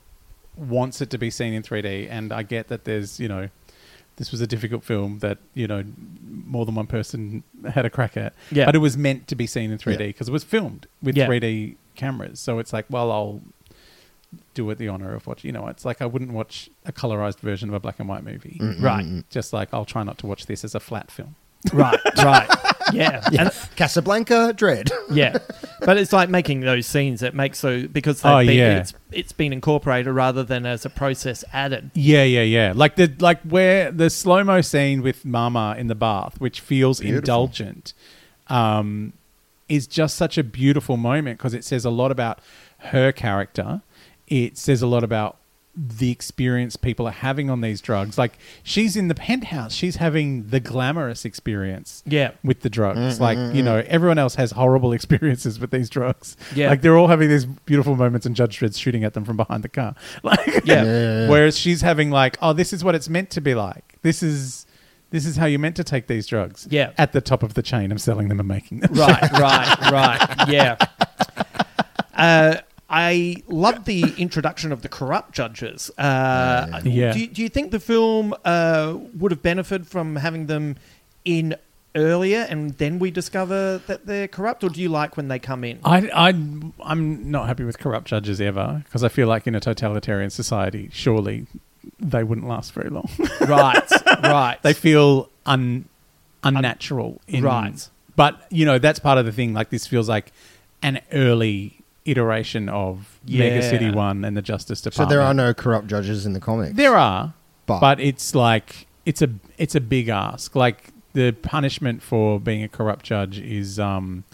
wants it to be seen in 3D, and I get that there's, you know, this was a difficult film that you know more than one person had a crack at, Yeah. but it was meant to be seen in 3D because it was filmed with Yeah. 3D cameras. So it's like, well, I'll do it the honor of watching. You know, it's like I wouldn't watch a colorized version of a black and white movie, Mm-hmm. right? Just like I'll try not to watch this as a flat film. Right, right, yeah, Yeah. And- Casablanca Dread. yeah. But it's like making those scenes. It makes so because they've Oh, been, yeah. it's it's been incorporated rather than as a process added. Yeah, yeah, yeah. Like the like where the slow mo scene with Mama in the bath, which feels indulgent, um, is just such a beautiful moment because it says a lot about her character. It says a lot about the experience people are having on these drugs. Like she's in the penthouse, she's having the glamorous experience. Yeah. with the drugs. Like you know, everyone else has horrible experiences with these drugs. Yeah. like they're all having these beautiful moments, and Judge Dredd's shooting at them from behind the car. Like Yeah. Whereas she's having like, oh, this is what it's meant to be like. This is this is how you're meant to take these drugs. Yeah. At the top of the chain of selling them and making them. Right, right, right. Yeah. Uh, I love the introduction of the corrupt judges. Uh, Yeah. Do, you- do you think the film uh, would have benefited from having them in earlier and then we discover that they're corrupt, or do you like when they come in? I, I I'm not happy with corrupt judges ever because I feel like in a totalitarian society, surely they wouldn't last very long. right, right. they feel un, unnatural. in, Right. But you know that's part of the thing. Like this feels like an early iteration of Mega Yeah. City One and the Justice So Department. there are no corrupt judges in the comics. There are, But- but, it's like it's a it's a big ask. Like the punishment for being a corrupt judge is um,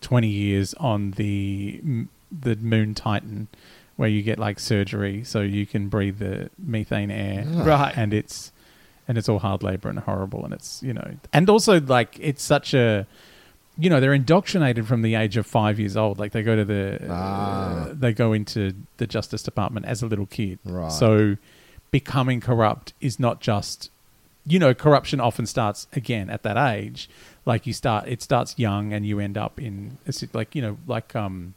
twenty years on the m- the Moon Titan, where you get like surgery so you can breathe the methane air, Right. And it's and it's all hard labor and horrible, and it's you know, and also like it's such a you know they're indoctrinated from the age of five years old. Like they go to the uh, they go into the Justice Department as a little kid. Right. So becoming corrupt is not just you know corruption often starts again at that age. Like you start it starts young and you end up in it's like you know like um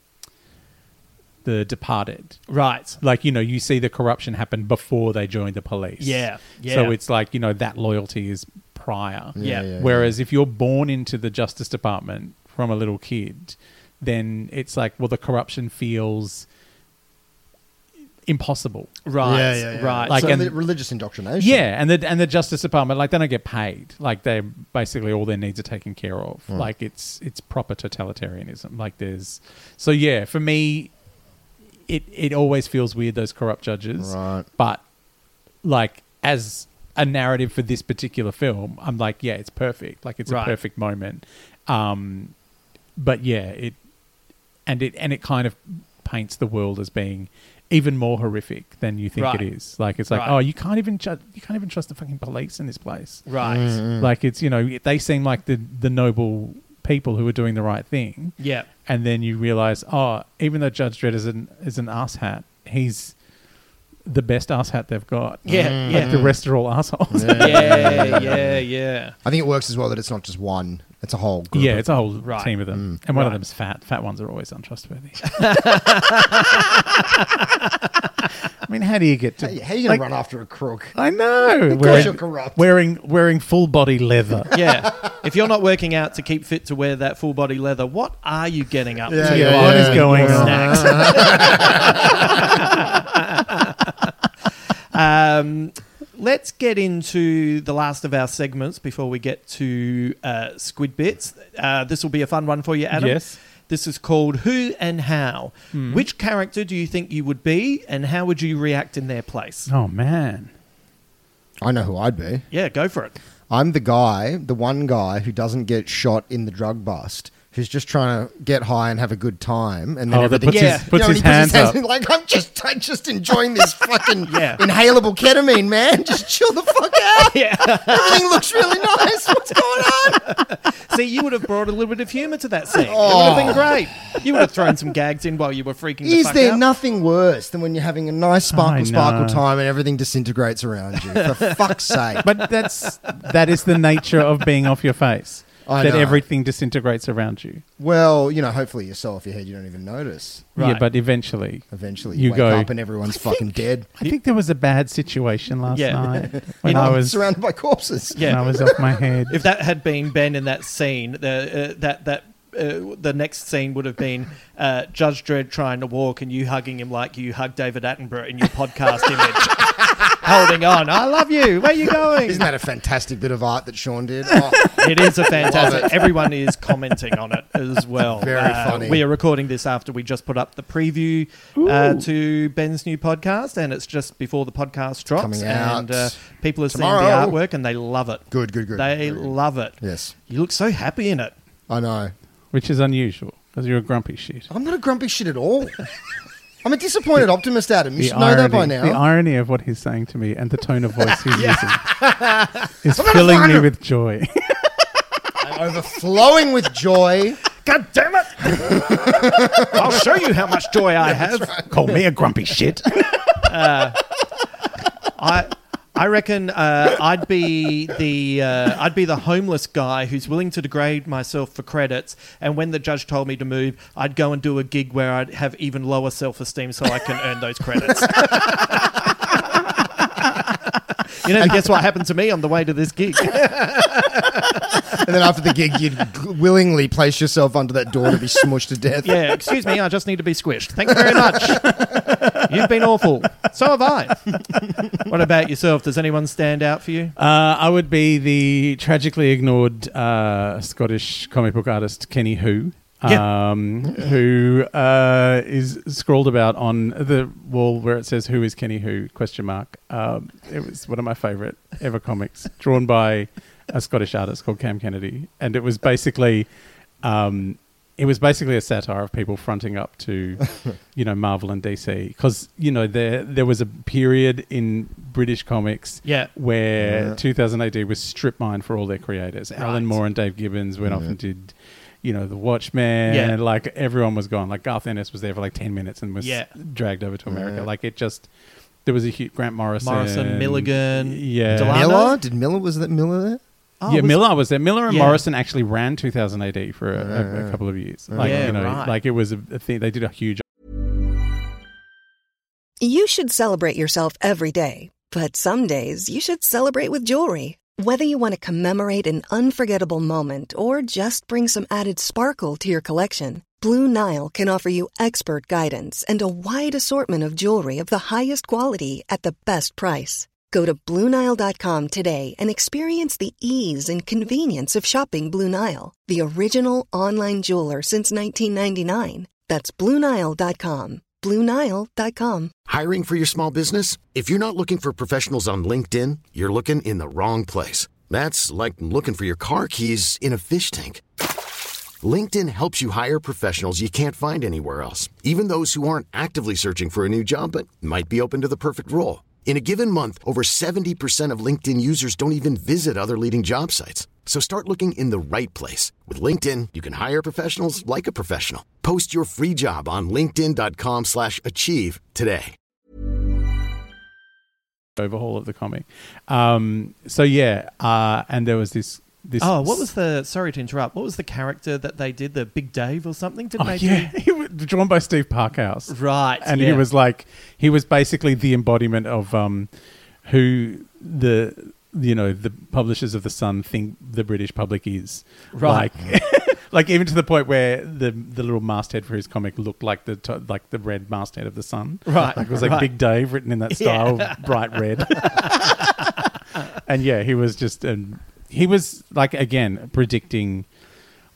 the Departed. right. Like you know you see the corruption happen before they join the police. Yeah, yeah. So it's like you know that loyalty is prior. Yeah. yeah. Whereas if you're born into the Justice Department from a little kid, then it's like, well, the corruption feels impossible. Right, Yeah, yeah, yeah. right. Like, so and- the religious indoctrination. Yeah, and the and the Justice Department, like they don't get paid. Like they basically all their needs are taken care of. Hmm. Like it's it's proper totalitarianism. Like there's so yeah, for me, it it always feels weird those corrupt judges. Right. But like as a narrative for this particular film, I'm like, yeah, it's perfect. Like it's Right. a perfect moment. Um, but yeah, it and it and it kind of paints the world as being even more horrific than you think Right. it is. Like it's like, Right. oh, you can't even ju- you can't even trust the fucking police in this place. right. Mm. Like it's you know they seem like the the noble people who are doing the right thing. Yeah. And then you realize, oh, even though Judge Dredd is an is an asshat, he's the best asshat they've got. Yeah, Like yeah. the rest are all assholes. Yeah, Yeah, yeah, yeah. I think it works as well that it's not just one; it's a whole group. of- it's a whole Right. team of Mm. them, and one Right. of them's fat. Fat ones are always untrustworthy. I mean, how do you get to? Hey, how are you gonna like, run after a crook? I know. Because you're corrupt. Wearing wearing full body leather. Yeah. If you're not working out to keep fit to wear that full body leather, what are you getting up to? yeah, what is yeah. going on? Snacks. um, Let's get into the last of our segments before we get to uh, Squid Bits. Uh, this will be a fun one for you, Adam. Yes. Hmm. This is called Who and How. Which character do you think you would be, and how would you react in their place? Oh man. I know who I'd be. Yeah, go for it. I'm the guy, the one guy who doesn't get shot in the drug bust, who's just trying to get high and have a good time, and then Oh, that everything puts Yeah. his puts You know, his when he hands up. in, like I'm just, I'm just enjoying this fucking Yeah. inhalable ketamine, man. Just chill the fuck out. Everything looks really nice. What's going on? See, you would have brought a little bit of humour to that scene. It Oh. would have been great. You would have thrown some gags in while you were freaking the Is fuck there out. nothing worse than when you're having a nice I know. sparkle, sparkle time, and everything disintegrates around you? For fuck's sake! But that's that is the nature of being off your face. I that know. everything disintegrates around you. well, you know, hopefully you're so off your head you don't even notice. Yeah, but eventually, Eventually, you, you wake go. up and everyone's fucking dead. I think there was a bad situation last Yeah. night when I was surrounded by corpses. Yeah. when I was off my head. if that had been Ben in that scene, the uh, that that uh, the next scene would have been uh, Judge Dredd trying to walk and you hugging him like you hug David Attenborough in your podcast image, holding on. I love you. Where you going? Isn't that a fantastic bit of art that Sean did? Oh. it is a fantastic. Everyone is commenting on it as well. Uh, Very funny. We are recording this after we just put up the preview uh, to Ben's new podcast, and it's just before the podcast drops. Coming And out uh, people are tomorrow. seeing the artwork and they love it. Good, good, good. They Very good. love it. Yes. You look so happy in it. I know. which is unusual because you're a grumpy shit. I'm not a grumpy shit at all. I'm a disappointed optimist, Adam. You should know that by the now. irony of what he's saying to me and the tone of voice he's using is I'm gonna filling find me him. with joy. I'm overflowing with joy. God damn it! I'll show you how much joy I have. Call me a grumpy shit. I I reckon uh, I'd be the uh, I'd be the homeless guy who's willing to degrade myself for credits. And when the judge told me to move, I'd go and do a gig where I'd have even lower self esteem so I can earn those credits. You know, guess what happened to me on the way to this gig? And then after the gig, you'd g- willingly place yourself under that door to be smushed to death. Yeah, excuse me, I just need to be squished. Thanks very much. You've been awful. So have I. What about yourself? Does anyone stand out for you? Uh, I would be the tragically ignored uh, Scottish comic book artist Kenny Who, Yeah. um, who uh, is scrawled about on the wall where it says "Who is Kenny Who?" question mark. Um, it was one of my favourite ever comics, drawn by a Scottish artist called Cam Kennedy, and it was basically. Um, it was basically a satire of people fronting up to, you know, Marvel and DC because you know there there was a period in British comics Yeah. where 2000 AD was strip mined for all their creators. Alan Moore and Dave Gibbons went off and did, you know, The Watchmen. Yeah. Like everyone was gone. Like Garth Ennis was there for like 10 minutes and was Yeah. dragged over to America. Like it just, there was a huge Grant Morrison, Morrison, Milligan, yeah, Delano. Miller? Did Miller, was that Miller there? Oh, yeah, was- Miller was there. Miller and Yeah. Morrison actually ran 2000 AD for a, a, a couple of years. Like Yeah, you know, right. like it was a, a thing. They did a huge You should celebrate yourself every day, but some days you should celebrate with jewelry. Whether you want to commemorate an unforgettable moment or just bring some added sparkle to your collection, Blue Nile can offer you expert guidance and a wide assortment of jewelry of the highest quality at the best price. Go to BlueNile.com today and experience the ease and convenience of shopping Blue Nile, the original online jeweler since 1999. That's BlueNile.com. BlueNile.com. Hiring for your small business? If you're not looking for professionals on LinkedIn, you're looking in the wrong place. That's like looking for your car keys in a fish tank. LinkedIn helps you hire professionals you can't find anywhere else, even those who aren't actively searching for a new job but might be open to the perfect role. In a given month, over 70% of LinkedIn users don't even visit other leading job sites. So start looking in the right place. With LinkedIn, you can hire professionals like a professional. Post your free job on linkedin.com/achieve slash achieve today. overhaul of the comic. Um, so yeah, uh, and there was this this. Oh, what was the? Sorry to interrupt. What was the character that they did? The Big Dave or something? Didn't they? Oh, yeah, he was drawn by Steve Parkhouse. Do? Right. and yeah. he was like he was basically the embodiment of um, who the you know the publishers of the Sun think the British public is Right. Like, like even to the point where the the little masthead for his comic looked like the to- like the red masthead of the Sun. Right, like, it was like right. Big Dave written in that style, Yeah. bright red. and yeah, he was just um, he was like again predicting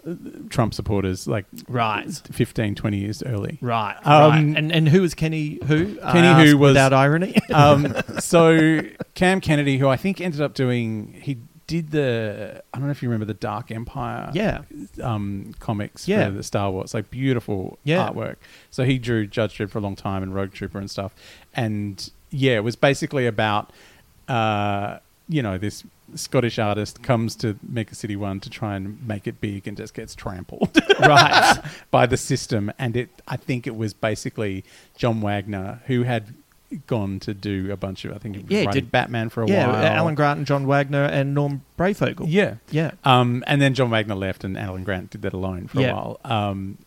uh, Trump supporters like Right. 15, 20 years early. Right. Um, right. And and who was Kenny who? I Kenny who asked was- without irony. um, so Cam Kennedy, who I think ended up doing, he did the I don't know if you remember the Dark Empire, Yeah. um, comics Yeah. for the Star Wars, like beautiful Yeah. artwork. So he drew Judge Dredd for a long time and Rogue Trooper and stuff, and yeah, it was basically about uh, you know this. Scottish artist comes to Mega City One to try and make it big and just gets trampled right. by the system, and it. I think it was basically John Wagner who had gone to do a bunch of. I think he was Yeah, writing did- Batman for a Yeah, uh, while. Alan Grant and John Wagner and Norm Brayfogle. Yeah, Yeah. Um, and then John Wagner left, and Alan Grant did that alone for Yeah. a while. Um,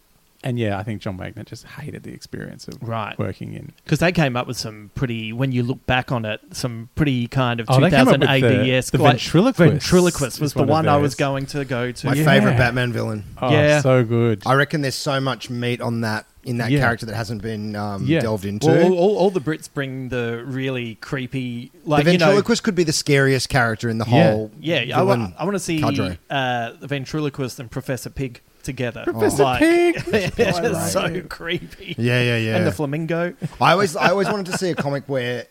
and yeah, I think John Wagner just hated the experience of Right. working in. Because they came up with some pretty, when you look back on it, some pretty kind of Oh, they came up 2000 with the- ADS. the like- ventriloquist Ventriloquist is was the one of one I was theirs. going to go to. My Yeah. favorite Batman villain. Oh, Yeah. so good. I reckon there's so much meat on that in that Yeah. character that hasn't been um, Yeah. delved into. Well, all, all, all the Brits bring the really creepy, like the you know, ventriloquist could be the scariest character in the Yeah. whole. yeah. I, villain wa- I want to see cadre. uh, the ventriloquist and Professor Pig together. Professor Like, Pig. it's just so creepy. Yeah, yeah, yeah. And the flamingo. I always, I always wanted to see a comic where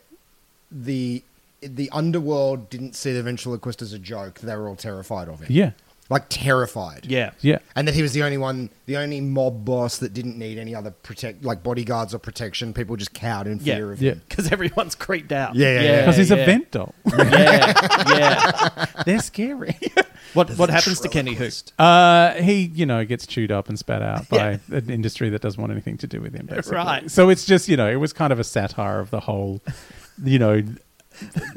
the the underworld didn't see the ventriloquist as a joke; they were all terrified of him. yeah, like terrified. Yeah. yeah. and that he was the only one, the only mob boss that didn't need any other protect, like bodyguards or protection. People just cowed in Yeah. fear of Yeah. him. Because everyone's creeped out. Yeah, yeah, yeah. Because he's yeah. a vent doll. Yeah, yeah. They're scary. What what happens to Kenny Who? Uh, he, you know, gets chewed up and spat out by Yeah. an industry that doesn't want anything to do with him. Basically. Right. So it's just, you know, it was kind of a satire of the whole, you know,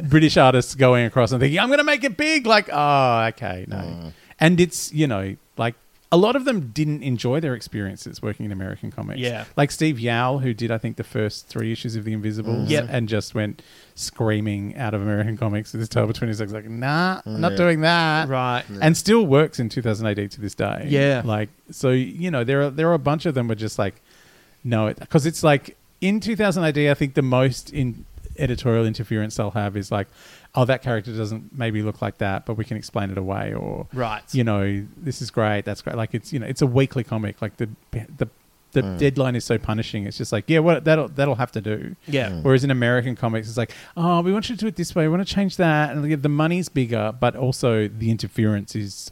British artists going across and thinking, I'm going to make it big. Like, oh, okay, no. Mm. And it's, you know, like a lot of them didn't enjoy their experiences working in American comics. Yeah. Like Steve Yao, who did, I think, the first three issues of The Invisibles Mm. Yep. and just went screaming out of American comics with his tail between his legs, like, nah, I'm not Yeah. doing that Right. and still works in 2018 to this day. Yeah. like so you know there are there are a bunch of them were just like no because it's like in 2018 I think the most in editorial interference they'll have is like oh that character doesn't maybe look like that but we can explain it away or Right. you know this is great that's great like it's you know it's a weekly comic like the the the Mm. deadline is so punishing. It's just like, yeah, well, that'll that'll have to do. Yeah. Mm. Whereas in American comics, it's like, oh, we want you to do it this way. We want to change that, and the- the money's bigger, but also the interference is,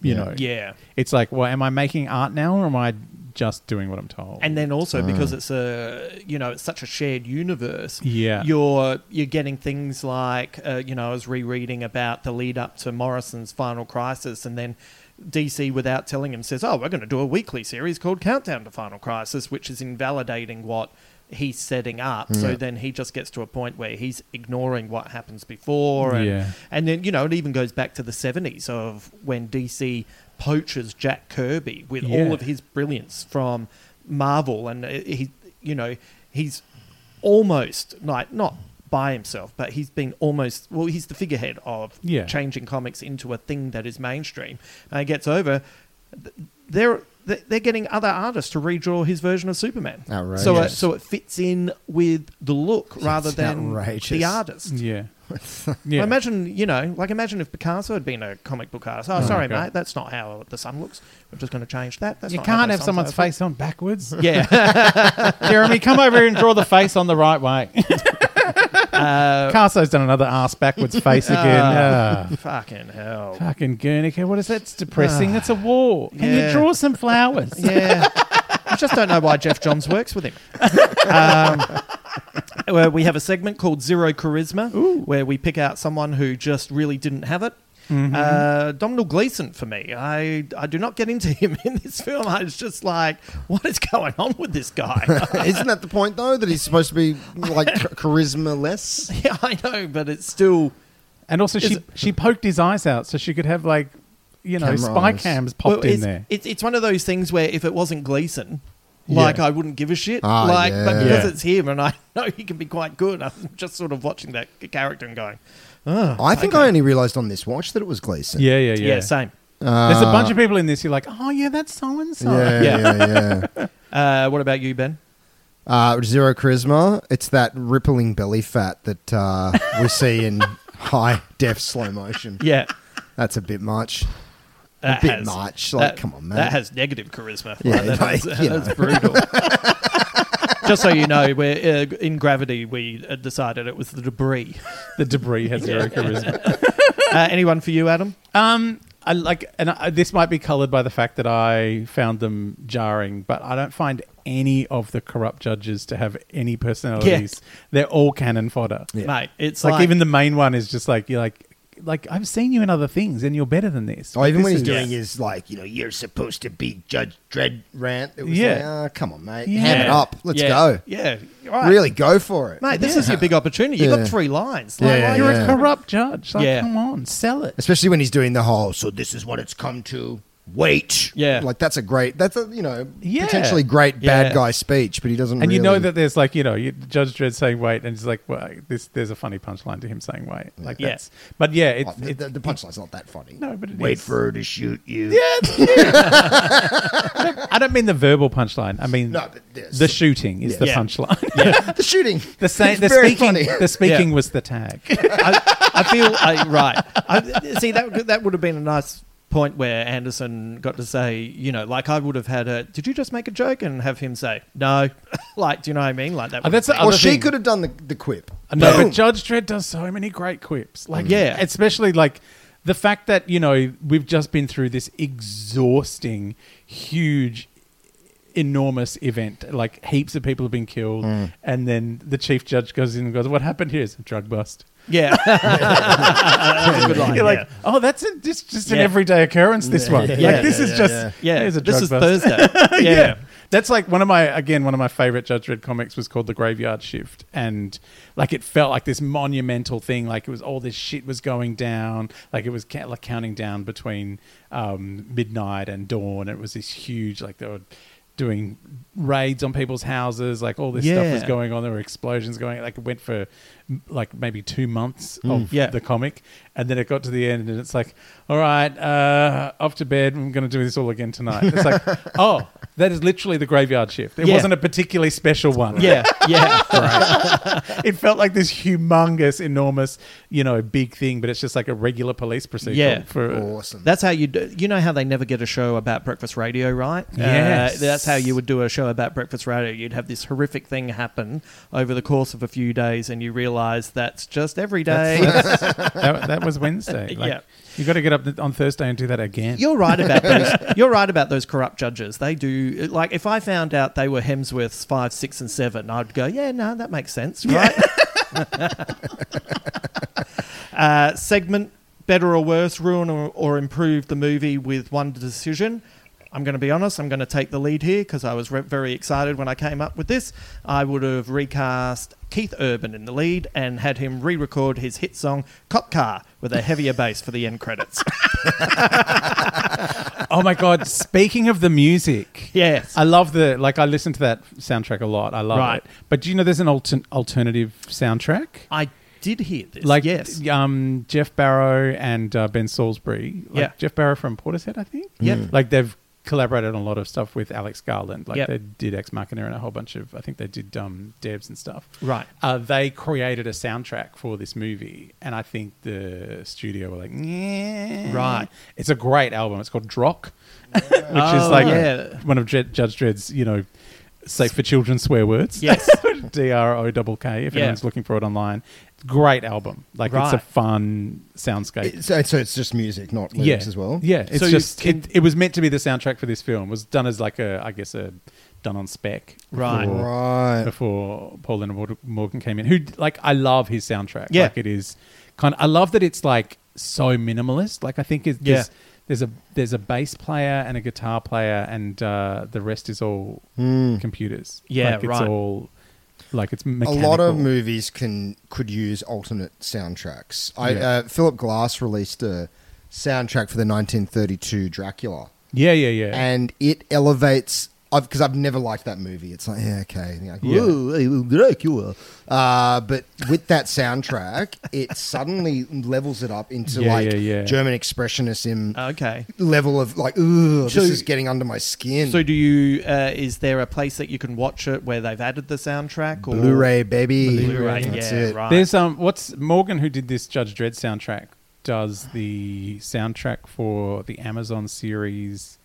you know, Yeah. It's like, well, am I making art now, or am I just doing what I'm told? And then also because it's a you know it's such a shared universe. Yeah. You're you're getting things like uh, you know I was rereading about the lead up to Morrison's Final Crisis, and then DC without telling him says, "Oh, we're going to do a weekly series called Countdown to Final Crisis," which is invalidating what he's setting up. So then he just gets to a point where he's ignoring what happens before, and Yeah. and then, you know, it even goes back to the 70s of when DC poaches Jack Kirby with Yeah. all of his brilliance from Marvel. And uh, he, you know, he's almost like not by himself, but he's been almost well, he's the figurehead of Yeah. changing comics into a thing that is mainstream. And he gets over, th- they're. th- They're getting other artists to redraw his version of Superman, so it, Outrageous. so it fits in with the look rather than outrageous. the artist. yeah, yeah. Well, imagine, you know, like imagine if Picasso had been a comic book artist. Oh, sorry, God. mate, that's not how the sun looks. We're just going to change that. That's you not how can't the have sun's someone's over." face on backwards. Yeah, Jeremy, come over here and draw the face on the right way. Carso's done another ass backwards face again. Ah. fucking hell. Fucking Guernica. What is that? It's depressing. That's a war. Can Yeah. you draw some flowers? Yeah, I just don't know why Jeff Johns works with him. Um, well, we have a segment called Zero Charisma, where we pick out someone who just really didn't have it. Uh, Domhnall Gleeson for me. I I do not get into him in this film. I was just like, what is going on with this guy? Isn't that the point though? That he's supposed to be like charisma less. yeah, I know, but it's still. And also, she, she poked his eyes out so she could have, like, you know, Camera spy eyes. cams popped well, in it's, there. It's, it's one of those things where if it wasn't Gleason, like Yeah. I wouldn't give a shit. Ah, like, but yeah. because Yeah. it's him, and I know he can be quite good, I'm just sort of watching that character and going, I think I only realized on this watch that it was Gleason. yeah, yeah, yeah. yeah, same. There's a bunch of people in this. You're like, oh, yeah, that's so and so. Ah. Yeah, Yeah. yeah, yeah. Uh, what about you, Ben? Uh, zero charisma. It's that rippling belly fat that uh, we see in High. deaf slow motion. Yeah. That's a bit much. That a bit has- much. Like, come on, man. That has negative charisma. Like, Yeah, that- like, that's, you that's brutal. Just so you know, we're uh, in gravity. We uh, decided it was the debris. The debris has zero charisma. Uh, anyone for you, Adam? Um, I like, and I, this might be colored by the fact that I found them jarring, but I don't find any of the corrupt judges to have any personalities. They're all cannon fodder. Mate, it's like, like, even the main one is just like you're like, like I've seen you in other things, and you're better than this. Oh, even This when he's is- doing his like, you know, you're supposed to be Judge Dredd rant. It was Yeah. like, ah, come on, mate, Yeah. ham it up. Let's yeah, go. Yeah, right. Really go for it, mate. This is your big opportunity. You have Yeah. got three lines. Yeah, like, you're you're a a yeah. corrupt judge. Like, Yeah. come on, sell it. Especially when he's doing the whole. So this is what it's come to. Wait. Yeah. Like that's a great. That's a you know Yeah. potentially great bad Yeah. guy speech, but he doesn't. And you know really- that there's like you know you, Judge Dredd saying wait, and he's like, well, this there's a funny punchline to him saying wait, like Yeah. that's. But yeah, it, Oh, the, it- the, the punchline's not that funny. No, but it wait is. for her to shoot you. I don't mean the verbal punchline. I mean No, but there's- the shooting is the Yeah. punchline. the shooting. the same. It's The very speaking. funny. The speaking Yeah. was the tag. I, I feel I, right. I, see that that would have been a nice point where Anderson got to say, you know, like I would have had a. Did you just make a joke and have him say no? like, do you know what I mean? Like that. Oh, would have that's the been- Or other she thing. could have done the, the quip. No, Boom. but Judge Dredd does so many great quips. Like, Yeah. especially like the fact that you know we've just been through this exhausting, huge, enormous event. Like heaps of people have been killed, Mm. and then the chief judge goes in and goes, "What happened here is a drug bust." yeah. That's a good line, You're like, yeah. "Oh, that's a, just just an Yeah. everyday occurrence." This one, like, Yeah, this yeah, is yeah, just yeah. here's a this drug is bust. Thursday. yeah. yeah. That's like one of my again one of my favorite Judge Red comics was called The Graveyard Shift and like it felt like this monumental thing like it was all this shit was going down like it was ca- like counting down between um, midnight and dawn it was this huge like they were doing raids on people's houses like all this stuff was Yeah. going on there were explosions going like it went for m- like maybe 2 months of Mm. Yeah. the comic and then it got to the end and it's like all right uh off to bed i'm going to do this all again tonight it's like oh that is literally the graveyard shift it Yeah. wasn't a particularly special one Yeah, yeah, it felt like this humongous enormous you know big thing but it's just like a regular police procedure Yeah. for Awesome. That's how you do. You know how they never get a show about breakfast radio, right? Uh, Yes. that's how you would do a show about breakfast radio. You'd have this horrific thing happen over the course of a few days, and you realise that's just every day. that, that was wednesday like, Yeah. you got to get up th- on thursday and do that again You're right about those. You're right about those corrupt judges. They do like if I found out they were Hemsworths five, six, and seven, I'd go, yeah, no, that makes sense, right? uh, segment better or worse, ruin or, or improve the movie with one decision. I'm going to be honest. I'm going to take the lead here because I was re- very excited when I came up with this. I would have recast Keith Urban in the lead and had him re-record his hit song "Cop Car" with a heavier bass for the end credits. oh my god speaking of the music Yes. i love the like i listen to that soundtrack a lot i love Right. it but do you know there's an altern- alternative soundtrack I did hear this. like yes, um, Jeff Barrow and uh, Ben Salisbury. Like Yeah. Jeff Barrow from Portishead, I think. Yeah. Mm. like they've collaborated on a lot of stuff with Alex Garland. Like Yeah. they did Ex Machina and a whole bunch of. I think they did um, Debs and stuff. Right. Uh, they created a soundtrack for this movie, and I think the studio were like, yeah, Right. It's a great album. It's called Drock, which Oh, is like yeah. one of Dred- Judge Dredd's, you know. Safe for children swear words. Yes. D R O double K. If Yeah. anyone's looking for it online, great album. Like it's a Right. fun soundscape. It- so, so it's just music, not yeah, lyrics as well. Yeah, it's So you just can- it, it was meant to be the soundtrack for this film. It was done as like a, I guess a done on spec. Right. before- Right. Before Paul Leonard Mor- Morgan came in, who like I love his soundtrack. Yeah. like it is kind. I love that it's like so minimalist. Like I think it's Yeah. there's, there's a there's a bass player and a guitar player, and uh, the rest is all computers. Yeah, like, right. It's all like it's mechanical. Hmm. a lot of movies can could use alternate soundtracks. I, Yeah. uh, Philip Glass released a soundtrack for the 1932 Dracula, Yeah, yeah, yeah. and it elevates I've because I've never liked that movie. It's like, yeah, okay, and you're like, "Whoa, hey, well, Dracula. Uh, but with that soundtrack, it suddenly levels it up into Yeah, like yeah, yeah. Uh, German expressionism Okay. level of like, ooh, So- this is getting under my skin. So do you? Uh, is there a place that you can watch it where they've added the soundtrack? Or Blu-ray, baby. Blu-ray. That's yeah. it. Right. There's um, what's Morgan who did this Judge Dredd soundtrack? Does the soundtrack for the Amazon series,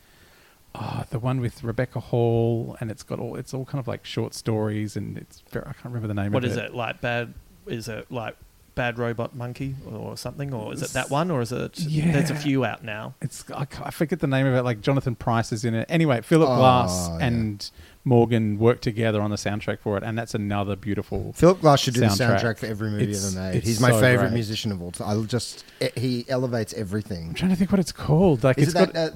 uh, the one with Rebecca Hall, and it's got all it's all kind of like short stories, and it's very, I can't remember the name. what of is it like? Bad? Is it like Bad Robot Monkey or something? Or is it that one? Or is it? Yeah. There's a few out now. It's I, ca- I forget the name of it. Like Jonathan Price is in it. Anyway, Philip Oh, Glass yeah. and Morgan worked together on the soundtrack for it, and that's another beautiful. Philip Glass should do Soundtrack. the soundtrack for every movie It's- ever made. it's He's my so favorite great. musician of all time. I just eh, he elevates everything. I'm trying to think what it's called. Like Is it's it that got uh,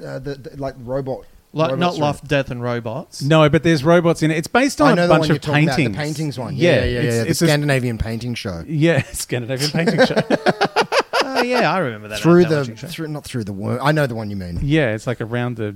the, uh, the, the like robot? Like robots not from- Love, Death, and Robots. no, but there's robots in it. It's based I on know a the one bunch you're of talking paintings. about. The paintings one. Yeah, yeah, yeah. yeah, it's, the it's a- Scandinavian painting show. Yeah, Scandinavian painting show. Oh yeah, I remember that. Through the analogy, Jack. through, not through the worm. I know the one you mean. yeah, it's like around the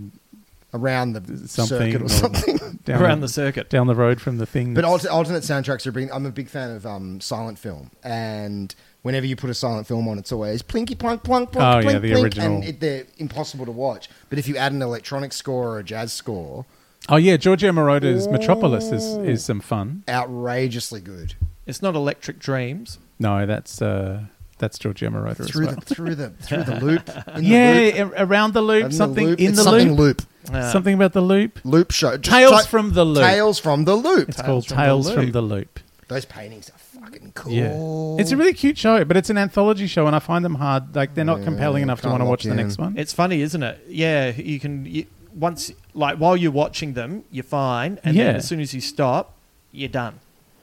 Around the something circuit or something. down around the circuit. down the road from the thing. But alter, alternate soundtracks are. Big, I'm a big fan of um, silent film, and whenever you put a silent film on, it's always plinky plonk plonk plonk. Oh, yeah, plink, the plink, original. and it, they're impossible to watch. But if you add an electronic score or a jazz score, oh yeah, Giorgio Moroder's Metropolis is Oh. is some fun. outrageously good. It's not Electric Dreams. No, that's uh that's Giorgio Moroder as Through well. the through the through the loop. In yeah, the loop, a- around the in loop, the something loop. in It's the something loop, loop. something about the loop. Loop show. Just Tales type- from the Loop. Tales from the loop. It's called from the Tales from Loop. the Loop. Those paintings are fucking cool. Yeah, Oh. it's a really cute show, but it's an anthology show, and I find them hard. Like they're not compelling enough to can't want to lock watch you the in. next one. It's funny, isn't it? Yeah, you can you, once like while you're watching them, you're fine, and Yeah. then as soon as you stop, you're done.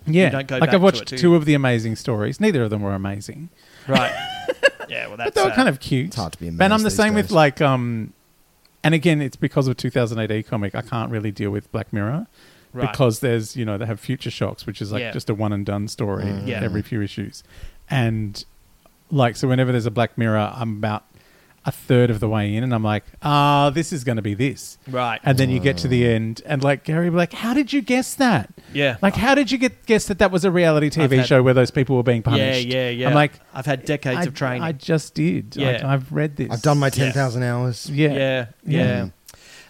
yeah, don't go like back I've to watched it, do you? two of the amazing stories. Neither of them were amazing. Right. yeah. Well, that's But they were uh, kind of cute. It's hard to be And I'm amazed the these same with days. like, um, and again, it's because of 2008 E comic. I can't really deal with Black Mirror Right. because there's you know they have Future Shocks, which is like Yeah. just a one and done story Mm. Yeah. every few issues, and like so whenever there's a Black Mirror, I'm about a third of the way in, and I'm like, ah, this is going to be this, Right. And then you get to the Mm. end, and like Gary, like, how did you guess that? Yeah. like how did you get guess that that was a reality I've TV had- show where those people were being punished? Yeah, yeah, yeah. I'm like, I've had decades I, of training. I just did. Yeah. I, have read this. I've done my ten thousand hours. Yeah. yeah, yeah.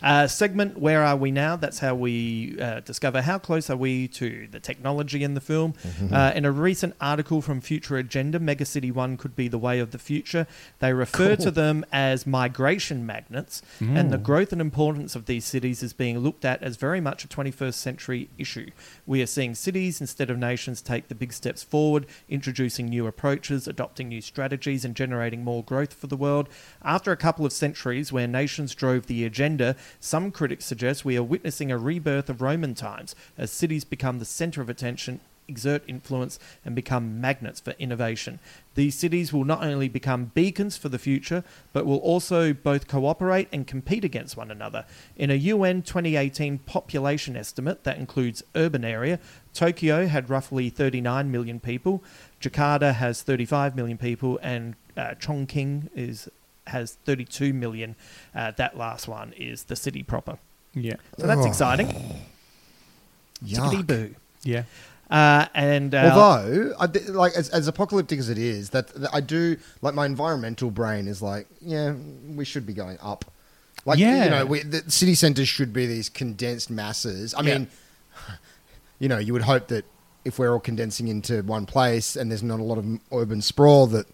Uh, segment Where Are We Now? That's how we uh, discover how close are we to the technology in the film. Uh, in a recent article from Future Agenda, Megacity 1 could be the way of the future. They refer to them as migration magnets, and the growth and importance of these cities is being looked at as very much a 21st century issue. We are seeing cities instead of nations take the big steps forward, introducing new approaches, adopting new strategies, and generating more growth for the world. After a couple of centuries where nations drove the agenda, some critics suggest we are witnessing a rebirth of Roman times as cities become the center of attention. Exert influence and become magnets for innovation. These cities will not only become beacons for the future, but will also both cooperate and compete against one another. In a UN 2018 population estimate that includes urban area, Tokyo had roughly 39 million people, Jakarta has 35 million people, and uh, Chongqing is has 32 million. Uh, that last one is the city proper. Yeah. So that's Oh. exciting. Tickety Yuck. boo. Yeah. Uh, and uh, Although, I, thi- like as, as apocalyptic as it is, that, that I do like my environmental brain is like, yeah, we should be going up. Like Yeah. you know, we, the city centers should be these condensed masses. I Yeah. mean, you know, you would hope that if we're all condensing into one place and there's not a lot of urban sprawl, that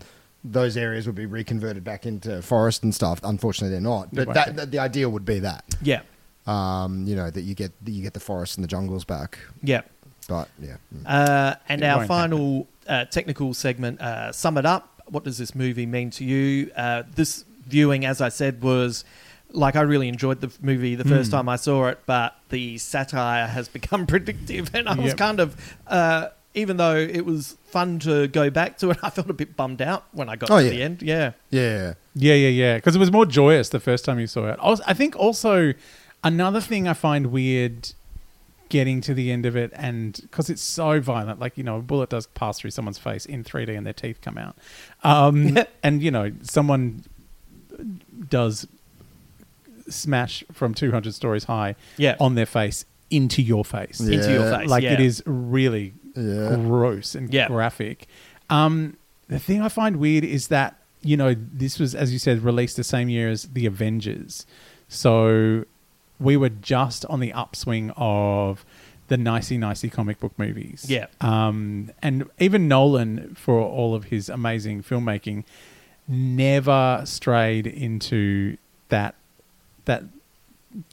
those areas would be reconverted back into forest and stuff. Unfortunately, they're not. But won't that, be. that the ideal would be that, Yeah, um, you know, that you get you get the forests and the jungles back. yeah. But yeah, Mm. Uh, and It our won't final uh, technical segment, uh, sum it up. What does this movie mean to you? Uh, this viewing, as I said, was like I really enjoyed the f- movie the Mm. first time I saw it, but the satire has become predictive, and I was Yep. kind of. Uh, even though it was fun to go back to it, I felt a bit bummed out when I got Oh, to yeah. the end. Yeah. yeah. Yeah, yeah, yeah. Because it was more joyous the first time you saw it. Also, I think also another thing I find weird getting to the end of it and because it's so violent like you know a bullet does pass through someone's face in 3d and their teeth come out um, and you know someone does smash from 200 stories high Yeah. on their face into your face. Into your face, Like yeah. it is really gross and Yeah. graphic. Um, the thing I find weird is that, you know, this was, as you said, released the same year as The Avengers. So we were just on the upswing of the nicey nicey comic book movies. Yeah. Um, and even Nolan, for all of his amazing filmmaking, never strayed into that that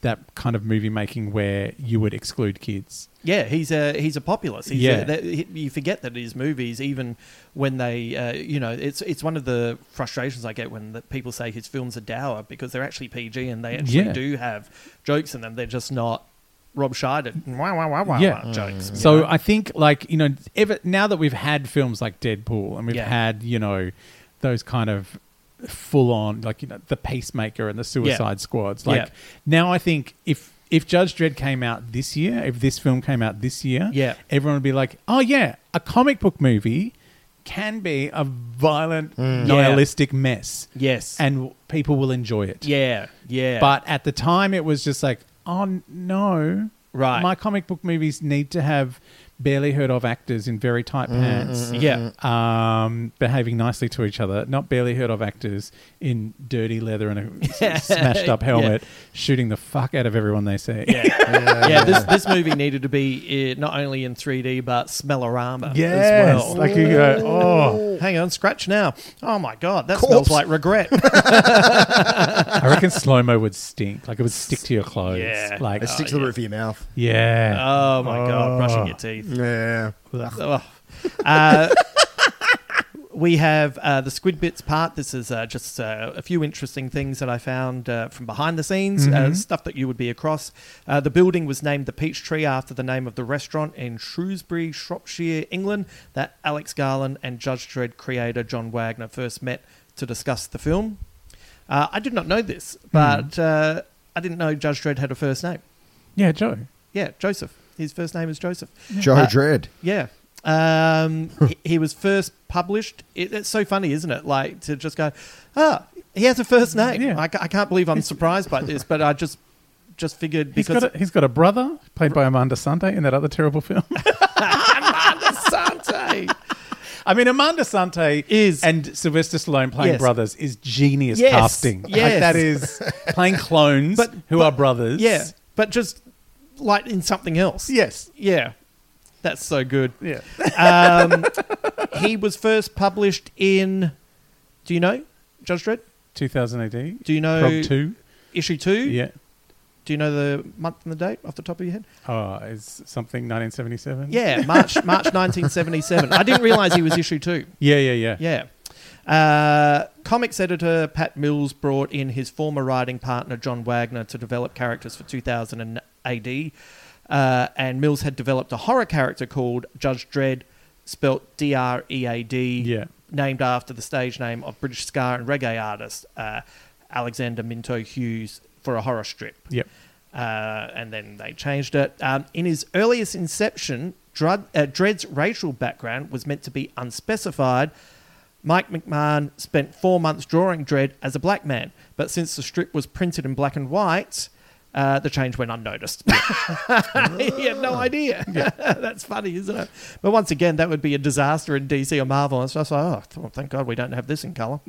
that kind of movie making where you would exclude kids. Yeah, he's a he's a populist. He's Yeah. a, that, he- you forget that his movies, even when they, uh, you know, it's it's one of the frustrations I get when the people say his films are dour because they're actually PG and they actually Yeah. do have jokes in them. They're just not Rob Schneider wah, wah, wah, wah, Mm. Yeah. wah jokes. you So know? I think, like you know, ever now that we've had films like Deadpool and we've Yeah. had you know those kind of full on like you know the Pacemaker and the Suicide Squads. Like Yeah. now, I think if if Judge Dredd came out this year, if this film came out this year, Yeah. everyone would be like, oh yeah, a comic book movie can be a violent, nihilistic mess. Mm. Yes. and people will enjoy it. yeah, yeah, But at the time, it was just like, oh n- no, Right. My comic book movies need to have barely heard of actors in very tight Mm-hmm, pants, yeah, um, behaving nicely to each other, not barely heard of actors in dirty leather and a s- smashed up helmet, shooting the fuck out of everyone they see. yeah, yeah. This this movie needed to be uh, not only in 3D but smellorama as Yes, well. like you go, oh, Hang on, scratch now. Oh my god, that Corpse. smells like regret. I reckon slow mo would stink. Like it would stick to your clothes. Uh, Yeah. like It sticks to the roof of your mouth. yeah. Oh my god, brushing Ah. your teeth. Yeah. Ugh. Uh, we have uh, the Squid Bits part. This is uh, just uh, a few interesting things that I found uh, from behind the scenes, uh, stuff that you would be across. Uh, the building was named the Peach Tree after the name of the restaurant in Shrewsbury, Shropshire, England, that Alex Garland and Judge Dredd creator John Wagner first met to discuss the film. Uh, I did not know this, but uh, I didn't know Judge Dredd had a first name. yeah, Joe. Yeah, Joseph. His first name is Joseph. Joe Uh, Dredd. Yeah. Um, he, he was first published. It, it's so funny, isn't it? Like to just go, ah, he has a first name. Mm, Yeah. I, ca- I can't believe I'm surprised by this, but I just just figured He's got because a, he's got a brother played by Amanda Sante in that other terrible film. Sante. I mean, Amanda Sante Is- and Sylvester Stallone playing Yes. brothers is genius Yes. casting. Like Yes. that is playing clones But- who but- are brothers. yeah, but just like in something else. Yes. Yeah. That's so good. Yeah. Um, he was first published in. Do you know Judge Dredd? 2000 AD. Do you know Prog 2? issue two? Yeah. Do you know the month and the date off the top of your head? Oh, is something 1977? Yeah, March March 1977. I didn't realize he was issue two. Yeah, yeah, yeah. Yeah. Uh, comics editor Pat Mills brought in his former writing partner John Wagner to develop characters for 2000 AD. Uh, and Mills had developed a horror character called Judge Dredd, spelt D R E A D, Yeah. named after the stage name of British ska and reggae artist uh, Alexander Minto Hughes for a horror strip Yep. uh, and then they changed it. Um, in his earliest inception, Drud, uh, Dred's racial background was meant to be unspecified. Mike McMahon spent four months drawing Dredd as a black man, but since the strip was printed in black and white, uh, the change went unnoticed. he had no idea. That's funny, isn't it? But once again, that would be a disaster in DC or Marvel. It's just like, oh, th- thank God we don't have this in color.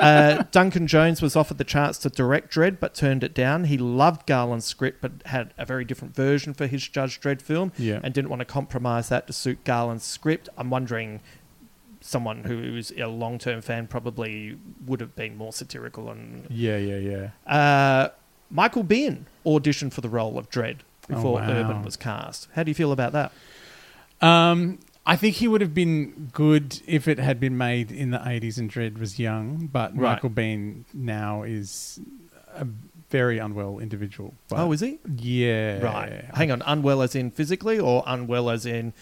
Uh, Duncan Jones was offered the chance to direct Dredd, but turned it down. He loved Garland's script, but had a very different version for his Judge Dredd film, Yeah. and didn't want to compromise that to suit Garland's script. I'm wondering, someone who's a long-term fan probably would have been more satirical. And Yeah, yeah, yeah. uh, Michael Biehn auditioned for the role of Dredd before Oh, wow. Urban was cast. How do you feel about that? Um, I think he would have been good if it had been made in the 80s and Dredd was young, but Right. Michael Bean now is a very unwell individual. But Oh, is he? Yeah. Right. Hang on. Unwell as in physically, or unwell as in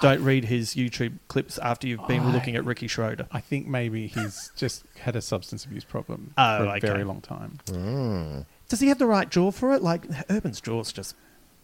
don't read his YouTube clips after you've been I- looking at Ricky Schroeder. I think maybe he's just had a substance abuse problem Oh, for a okay. very long time. Does he have the right jaw for it? Like Urban's jaw's just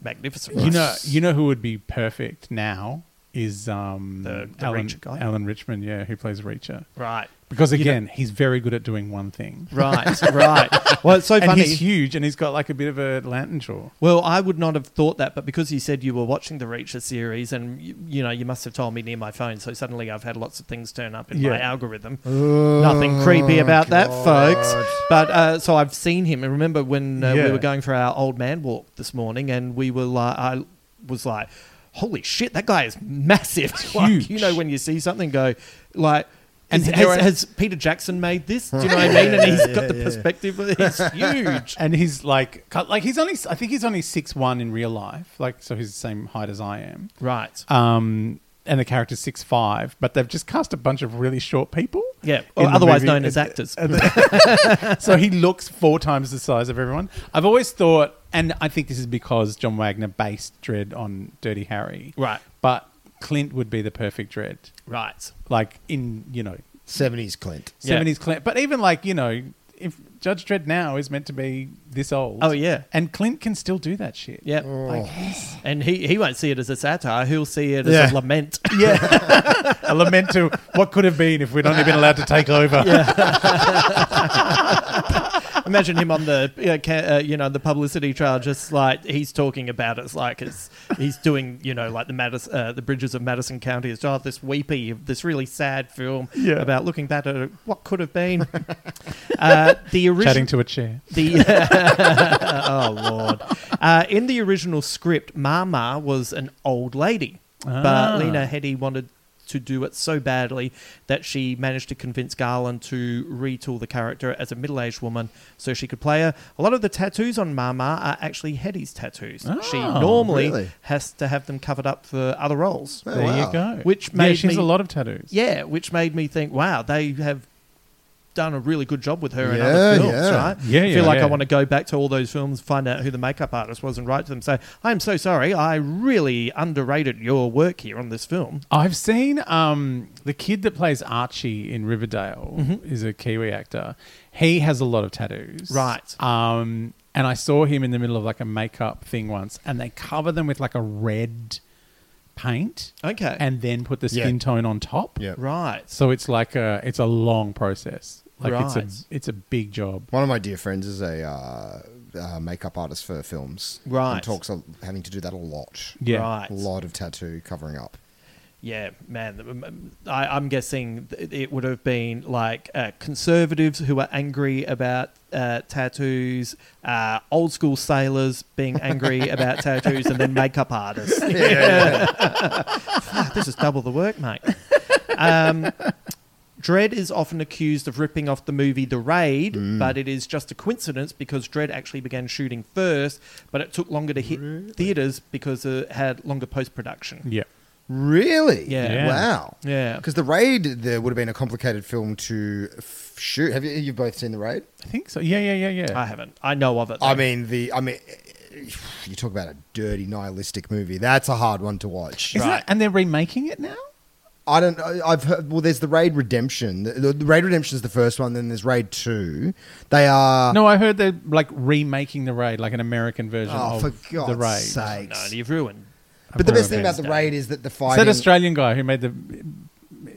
magnificent. You right? know, you know who would be perfect now is um, The- the Alan, Reacher guy? Alan Richmond, yeah, who plays Reacher. Right. Because again, he's very good at doing one thing. Right. right. Well, it's so And funny. he's huge, and he's got like a bit of a lantern jaw. Well, I would not have thought that, but because you said you were watching the Reacher series, and you, you know, you must have told me near my phone, so suddenly I've had lots of things turn up in my Yeah. Oh, algorithm. Nothing creepy about that, folks. But uh, so I've seen him, and remember when uh, we Yeah. were going for our old man walk this morning, and we were like, I was like, "Holy shit, that guy is massive!" like, Huge. you know, when you see something go like. And And there has, are- has Peter Jackson made this? Do you know what I mean? And he's got the perspective. He's huge. And he's like, cut- like he's only, I think he's only six one in real life. Like, so he's the same height as I am. Right. Um, and the character's six five, but they've just cast a bunch of really short people. Yeah, in or the otherwise movie. Uh, known as And- actors. so he looks four times the size of everyone. I've always thought, and I think this is because John Wagner based Dread on Dirty Harry, Right. But Clint would be the perfect Dread, right. like in you know Seventies Clint. Yeah. seventies Clint. But even like you know, if Judge Dredd now is meant to be this old, Oh, yeah. and Clint can still do that shit. Yeah. like he's And he, he won't see it as a satire. He'll see it as Yeah. a lament. a lament to what could have been if we'd only been allowed to take over. Imagine him on the uh, ca- uh, you know the publicity trail, just like he's talking about it. It's like it's, he's doing you know like the Madis- uh, the bridges of Madison County. It's oh this weepy, this really sad film Yeah. about looking back at what could have been. uh, the original Chatting to a chair. The oh lord! Uh, in the original script, Mama was an old lady, Ah. but Lena Headey wanted to do it so badly that she managed to convince Garland to retool the character as a middle-aged woman so she could play her. A lot of the tattoos on Mama are actually Headey's tattoos. she normally Oh, really? has to have them covered up for other roles. There wow. you go. Which yeah, made she has me- a lot of tattoos. Yeah, which made me think, wow, they have done a really good job with her in Yeah, other films, yeah. right? Yeah, I yeah, feel like yeah. I want to go back to all those films, find out who the makeup artist was, and write to them. Say, I'm so sorry, I really underrated your work here on this film. I've seen um, the kid that plays Archie in Riverdale is a Kiwi actor. He has a lot of tattoos, Right. Um, and I saw him in the middle of like a makeup thing once, and they cover them with like a red paint, Okay. and then put the Yeah. skin tone on top. Yeah. Right. So it's like a it's a long process. Like Right. it's a it's a big job. One of my dear friends is a uh, uh, makeup artist for films. Right. And talks of having to do that a lot. Yeah. Right. A lot of tattoo covering up. Yeah, man. I, I'm guessing th- it would have been like uh, conservatives who are angry about uh, tattoos, uh, old school sailors being angry about tattoos, and then makeup artists. Fuck, this is double the work, mate. Um, Dredd is often accused of ripping off the movie The Raid, but it is just a coincidence because Dredd actually began shooting first, but it took longer to hit theaters because it had longer post production. Yeah. Really? Yeah. Yeah. Wow. Yeah. Because the raid there would have been a complicated film to f- shoot. Have you? You've both seen the raid? I think so. Yeah, yeah, yeah, yeah. I haven't. I know of it. I though. mean the. I mean, you talk about a dirty nihilistic movie. That's a hard one to watch. Isn't that- and they're remaking it now? I don't. I- I've heard. Well, there's the Raid Redemption. The, the- the Raid Redemption is the first one. Then there's Raid Two. They are. No, I heard they're like remaking the raid, like an American version oh, of for the raid. God's sakes! no, you've ruined. but the best I've thing heard about the Raid is that the It's fighting. that Australian guy who made the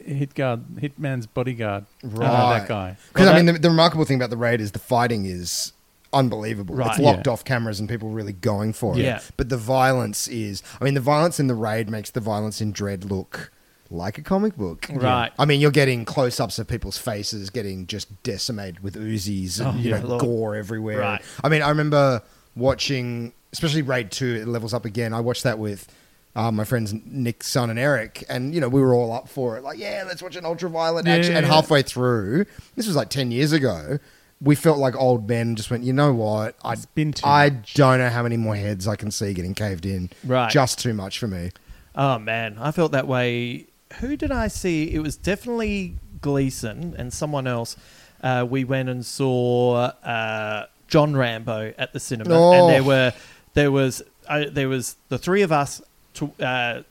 hit guard, Hitman's bodyguard. I know Right. that guy. Because Well, I mean, that- the, the remarkable thing about the raid is the fighting is unbelievable. Right. It's locked Yeah. off cameras and people really going for Yeah. it. But the violence is. I mean, the violence in the raid makes the violence in Dread look like a comic book. Right. I mean, you're getting close-ups of people's faces getting just decimated with Uzis and you Oh, yeah, know, Lord. gore everywhere. Right. I mean, I remember watching, especially Raid Two. It levels up again. I watched that with. Uh, my friends Nick, son, and Eric, and you know we were all up for it. Like, yeah, let's watch an ultraviolet Yeah, action. yeah, and yeah. half halfway through, this was like 10 years ago, we felt like old men and just went, you know what? I, been too I don't know how many more heads I can see getting caved in. Right. Just too much for me. Oh man, I felt that way. Who did I see? It was definitely Gleason and someone else. Uh, we went and saw uh, John Rambo at the cinema, Oh. and there were there was uh, there was the three of us to, uh,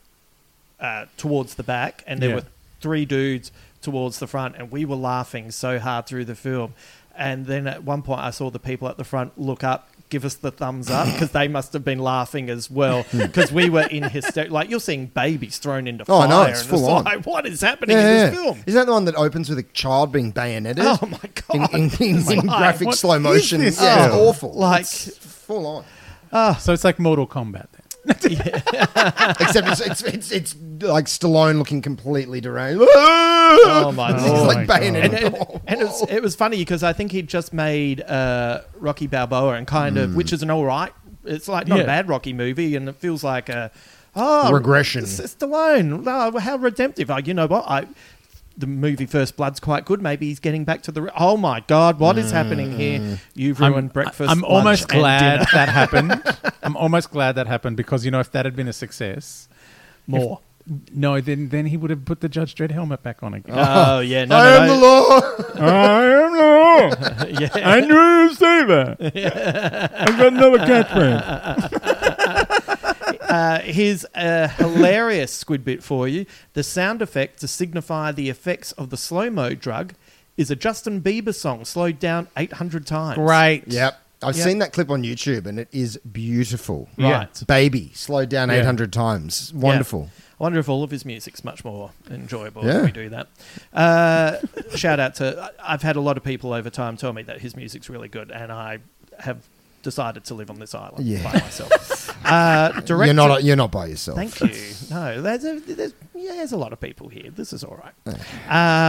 uh, towards the back, and there Yeah. were three dudes towards the front, and we were laughing so hard through the film. And then at one point, I saw the people at the front look up, give us the thumbs up because they must have been laughing as well because we were in hysteria. Like you're seeing babies thrown into Oh, I fire. know, it's and full on. Like, what is happening in Yeah, this yeah. film? Isn't that the one that opens with a child being bayoneted? Oh my God. In, in, in, in Like, graphic what slow is motion. Yeah, this it's film? awful. Oh, Like- It's full on. So it's like Mortal Kombat. Then. Except it's it's, it's it's like Stallone looking completely deranged. Oh Oh my He's God. like bayoneted. and, Oh. and, and it, was, it was funny because I think he'd just made uh, Rocky Balboa and kind of, which is an all right, it's like not a Mm. Yeah. bad Rocky movie, and it feels like a oh Regression. S- Stallone, oh, how redemptive! Like, you know what? I the movie First Blood's quite good. Maybe he's getting back to the. Re- oh my God, what is happening here? You've ruined breakfast. I'm lunch, almost and glad dinner. that happened. I'm almost glad that happened because you know if that had been a success, more. no, then then he would have put the Judge Dredd helmet back on again. Oh yeah, no, I no, am no. the law. I am law. Yeah. I knew you say that. I've got another catchphrase. Uh, here's a hilarious squid bit for you. The sound effect to signify the effects of the slow mo drug is a Justin Bieber song slowed down 800 times. Great. Yep. I've Yep. seen that clip on YouTube and it is beautiful. Right. Baby, slowed down Yeah. 800 times. Yeah. Wonderful. I wonder if all of his music's much more enjoyable Yeah. if we do that. Uh, shout out to. I- I've had a lot of people over time tell me that his music's really good, and I have decided to live on this island Yeah. by myself. uh, director, You're not you're not by yourself. Thank you. No, there's a, there's, yeah, there's a lot of people here. This is all right.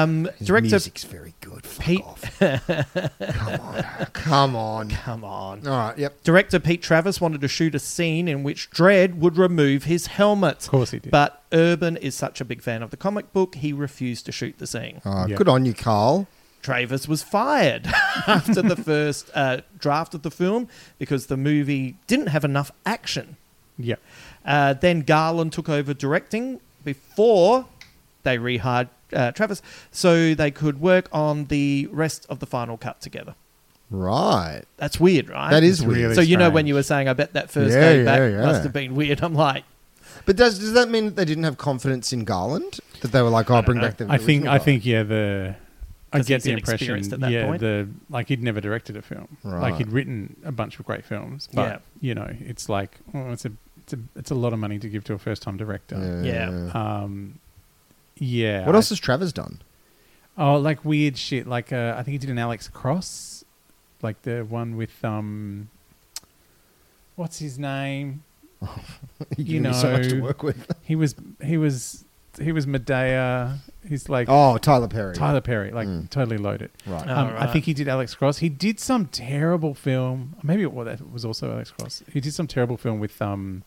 Um, His director music's very good. Fuck Pete- off. Come on. Come on. Come on. All right, yep. Director Pete Travis wanted to shoot a scene in which Dredd would remove his helmet. Of course he did. But Urban is such a big fan of the comic book, he refused to shoot the scene. Uh, Yeah. Good on you, Carl. Travis was fired after the first uh, draft of the film because the movie didn't have enough action. Yeah. Uh, then Garland took over directing before they rehired uh, Travis so they could work on the rest of the final cut together. Right. That's weird, right? That is It's weird. really So you know when strange. you were saying, I bet that first Yeah, day yeah, back yeah. must have been weird. I'm like, But does does that mean that they didn't have confidence in Garland? That they were like, "Oh, bring back the." I think original I think yeah the I 'Cause get he's the inexperienced impression at that yeah point. the like he'd never directed a film Right. like he'd written a bunch of great films but Yeah. you know it's like oh it's a it's a it's a lot of money to give to a first time Garland. director yeah. Uh, um yeah What I- else has Travis done? oh like weird shit like uh, I think he did an Alex Cross like the one with um what's his name You're You giving me so much to know- work with. he was he was he was Medea he's like Oh, Tyler Perry. Mm. Tyler Perry, like totally loaded. Right. Um, Oh, I right. think he did Alex Cross. He did some terrible film. Maybe it, well, that was also Alex Cross. He did some terrible film with um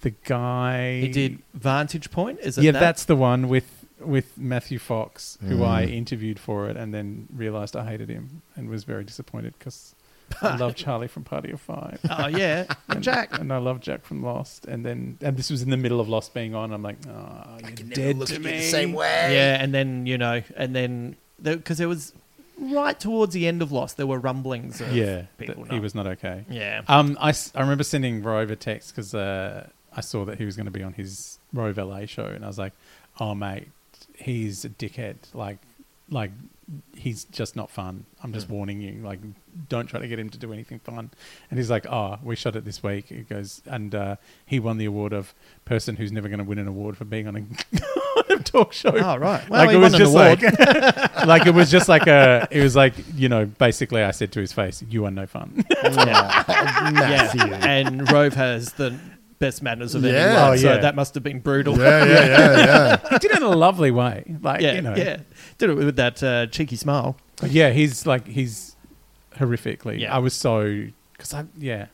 the guy. He did Vantage Point. Is it Yeah, that? that's the one with with Matthew Fox, who Mm. I interviewed for it, and then realized I hated him and was very disappointed because I love Charlie from Party of Five. oh yeah, And Jack and I love Jack from Lost, and then and this was in the middle of Lost being on. I'm like, oh, you're dead to me. way. yeah, and then you know, and then because there was right towards the end of Lost, there were rumblings. Of yeah, people. that he was not okay. Yeah. Um, I, s- I remember sending Rove a text because uh, I saw that he was going to be on his Rove LA show, and I was like, "Oh mate, he's a dickhead. Like, like he's just not fun. I'm Hmm. just warning you. Like, don't try to get him to do anything fun." And he's like, "Oh, we shot it this week." He goes, and uh, he won the award of person who's never going to win an award for being on a, on a talk show. Oh right. Well, he won an award. like, like it was just like a. It was like you know, basically, I said to his face, "You are no fun." yeah. And Rove has the best manners of anyone, Yeah. Oh, so yeah. that must have been brutal. Yeah, yeah, yeah, yeah. he did it in a lovely way. Like, yeah, you know. yeah. Did it with that uh, cheeky smile. But yeah, he's like, he's horrifically. Yeah. I was so, because I, yeah,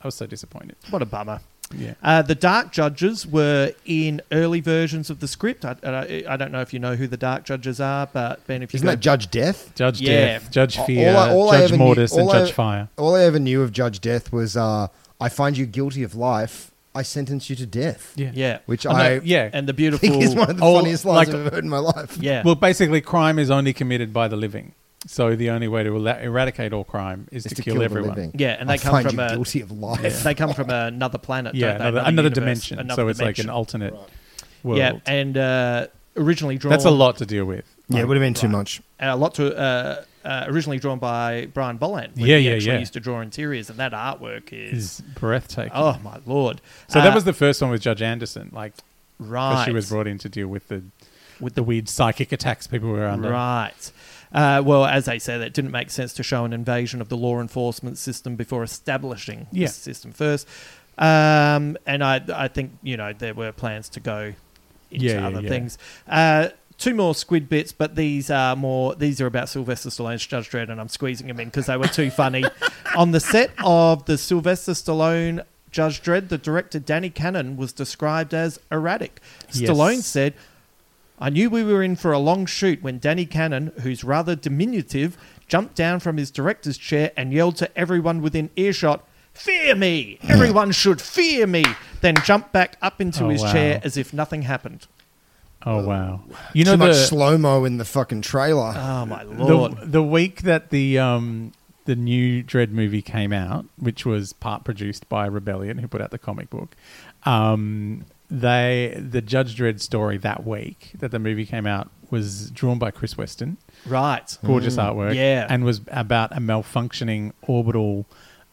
I was so disappointed. What a bummer. Yeah. Uh, the Dark Judges were in early versions of the script. I, I, I don't know if you know who the Dark Judges are, but Ben, if you Isn't that go- Judge Death? Judge Yeah. Death, Judge All Fear, I- all I uh, Judge ever knew- Mortis, and all I- Judge Fire. All I ever knew of Judge Death was, uh, "I find you guilty of life. I sentence you to death." Yeah. yeah, Which I I, know, yeah. and the think beautiful is one of the Oh, funniest lines like- I've ever heard in my life. yeah. Well, basically, crime is only committed by the living. So the only way to ela- eradicate all crime is, It's to, kill, the everyone. living. Yeah, and they I come find from you a- guilty of life. they come from another planet. Yeah, don't they? another, another universe, dimension. another so it's like dimension. an alternate world. Yeah, and uh, originally drawn. That's a lot to deal with. Yeah, it would have been too much. and a lot to uh, uh, originally drawn by Brian Bolland. when Yeah, he yeah, actually yeah. Used to draw interiors, and that artwork is, It's breathtaking. oh my lord. so that Uh, was the first one with Judge Anderson, like 'cause right. she was brought in to deal with the with the weird psychic attacks people were under. Right. Uh, well, as they said, it didn't make sense to show an invasion of the law enforcement system before establishing Yeah. the system first. Um, and I, I think you know there were plans to go into Yeah, yeah, other yeah. things. Uh, two more squid bits, but these are more. These are about Sylvester Stallone's Judge Dredd, and I'm squeezing them in because they were too funny. On the set of the Sylvester Stallone Judge Dredd, the director Danny Cannon was described as erratic. Yes. Stallone said, I knew we were in for a long shoot when Danny Cannon, who's rather diminutive, jumped down from his director's chair and yelled to everyone within earshot, Fear me! Everyone should fear me! Then jumped back up into Oh, his wow. chair as if nothing happened. Oh wow! You know Too much the Uh, slow mo in the fucking trailer. Oh, my Lord. the, the week that the um the new Dread movie came out, which was part produced by Rebellion, who put out the comic book. Um, they the Judge Dread story that week that the movie came out was drawn by Chris Weston, right. gorgeous artwork, Mm, yeah. and was about a malfunctioning orbital,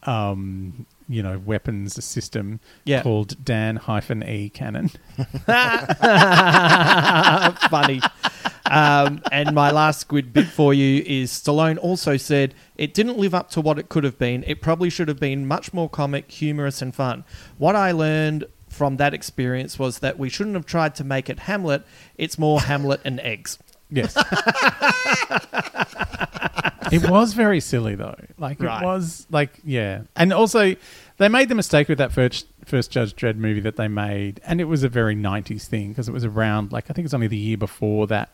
um, you know, weapons system Yeah. called Dan hyphen E Cannon. funny. Um, and my last squid bit for you is Stallone also said it didn't live up to what it could have been. It probably should have been much more comic, humorous, and fun. What I learned from that experience was that we shouldn't have tried to make it Hamlet. It's more Hamlet and eggs. Yes. it was very silly though. Like Right. it was like yeah. And also they made the mistake with that first first Judge Dredd movie that they made and it was a very 90s thing because it was around like I think it's only the year before that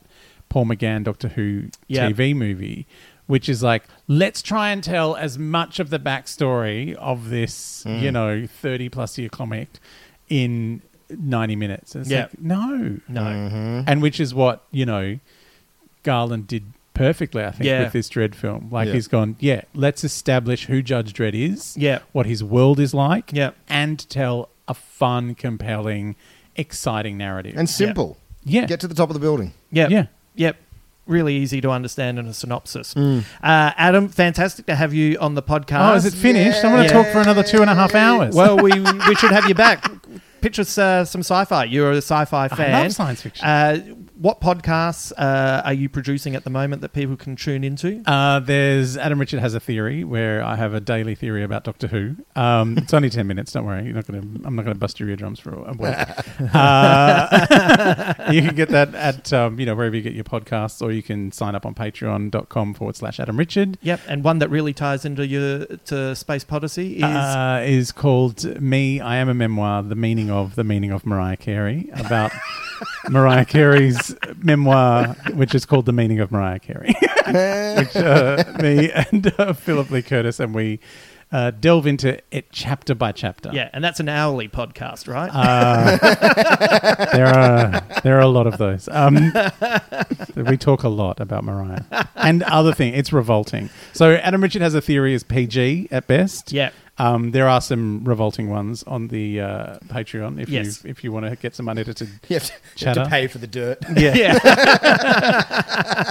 Paul McGann Doctor Who Yeah. TV movie which is like let's try and tell as much of the backstory of this, Mm. you know, 30 plus year comic in 90 minutes. And It's Yeah. like no. No. And which is what, you know, Garland did perfectly, I think, Yeah. with this Dread film. Like Yeah. he's gone, yeah, let's establish who Judge Dredd is, Yeah. what his world is like, Yeah. and tell a fun, compelling, exciting narrative. and simple. Yeah. Get to the top of the building. Yep. Yeah. Yep. Really easy to understand in a synopsis. Uh, Adam, fantastic to have you on the podcast. oh, is it finished? I want Yeah. to talk for another two and a half hours. Well, we we should have you back. Pitch us uh, some sci-fi. You're a sci-fi fan. love science fiction. Uh, what podcasts uh, are you producing at the moment that people can tune into? Uh, there's Adam Richard has a theory where I have a daily theory about Doctor Who. Um, it's only ten minutes. Don't worry, you're not gonna. I'm not gonna bust your eardrums for a week. Uh, you can get that at um, you know wherever you get your podcasts, or you can sign up on Patreon.com forward slash Adam Richard. Yep, and one that really ties into your to Space Podyssey is Uh, is called Me. I am a memoir. The meaning of the meaning of Mariah Carey about Mariah Carey's memoir, which is called The Meaning of Mariah Carey. which uh, me and uh, Philip Lee Curtis and we uh, delve into it chapter by chapter. yeah, and that's an hourly podcast, right? Uh, there are there are a lot of those. Um, we talk a lot about Mariah and other thing. It's revolting. So Adam Richard has a theory is PG at best. Yeah. Um, there are some revolting ones on the uh, Patreon if Yes. you if you want to get some unedited You have to, you have to chatter. pay for the dirt. yeah,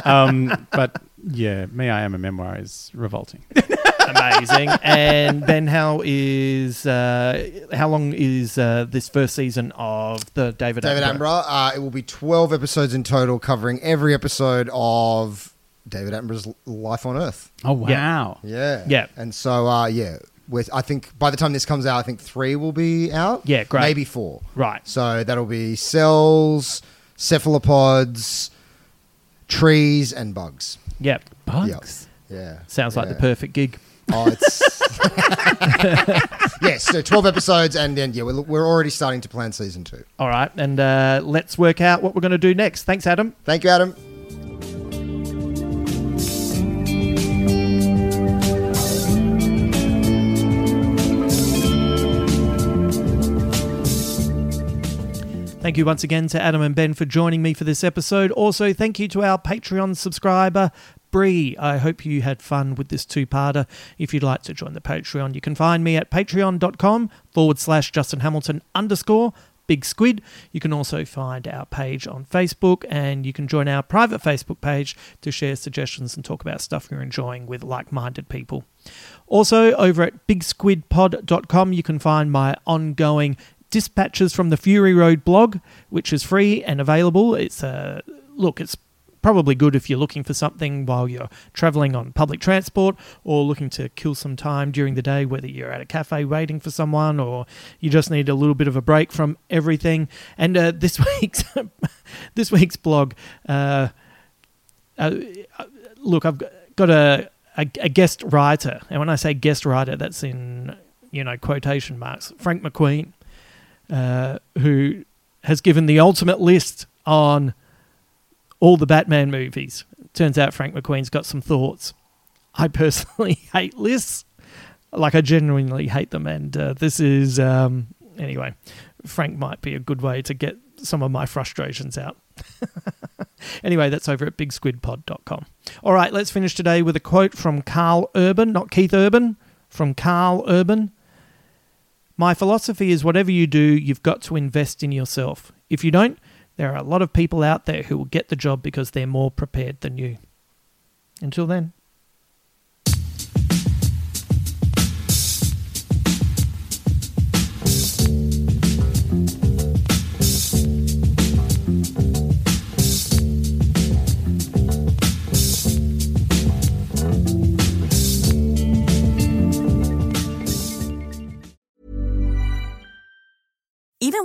Um, but yeah, me I am a memoir is revolting. amazing. And then how is uh, how long is uh, this first season of the David David Attenborough. Uh, it will be 12 episodes in total, covering every episode of David Attenborough's l- life on Earth. Oh Yeah. wow. Yeah. Yeah. And so, uh, yeah, with I think by the time this comes out, I think three will be out. Yeah, great. Maybe four. Right. So that'll be cells, cephalopods, trees, and bugs. Yep, Bugs. Yeah. yeah. sounds like the Yeah. perfect gig. Oh, it's. yes, so 12 episodes, and then, yeah, we're, we're already starting to plan season two. All right, and uh, let's work out what we're going to do next. Thanks, Adam. Thank you, Adam. Thank you once again to Adam and Ben for joining me for this episode. Also, thank you to our Patreon subscriber, Bree. I hope you had fun with this two parter. If you'd like to join the Patreon, you can find me at patreon.com forward slash Justin Hamilton underscore Big Squid. You can also find our page on Facebook and you can join our private Facebook page to share suggestions and talk about stuff you're enjoying with like minded people. Also, over at bigsquidpod.com, you can find my ongoing Dispatches from the Fury Road blog, which is free and available. It's a look, it's probably good if you're looking for something while you're traveling on public transport or looking to kill some time during the day, whether you're at a cafe waiting for someone or you just need a little bit of a break from everything. And uh, this week's this week's blog, uh, uh, look, I've got a, a a guest writer, and when I say guest writer, that's in you know quotation marks. Frank McQueen, uh, who has given the ultimate list on all the Batman movies. Turns out Frank McQueen's got some thoughts. I personally hate lists. Like, I genuinely hate them. And uh, this is, um, anyway, Frank might be a good way to get some of my frustrations out. anyway, that's over at bigsquidpod.com. All right, let's finish today with a quote from Carl Urban, not Keith Urban, from Carl Urban. My philosophy is whatever you do, you've got to invest in yourself. If you don't, there are a lot of people out there who will get the job because they're more prepared than you. Until then. Even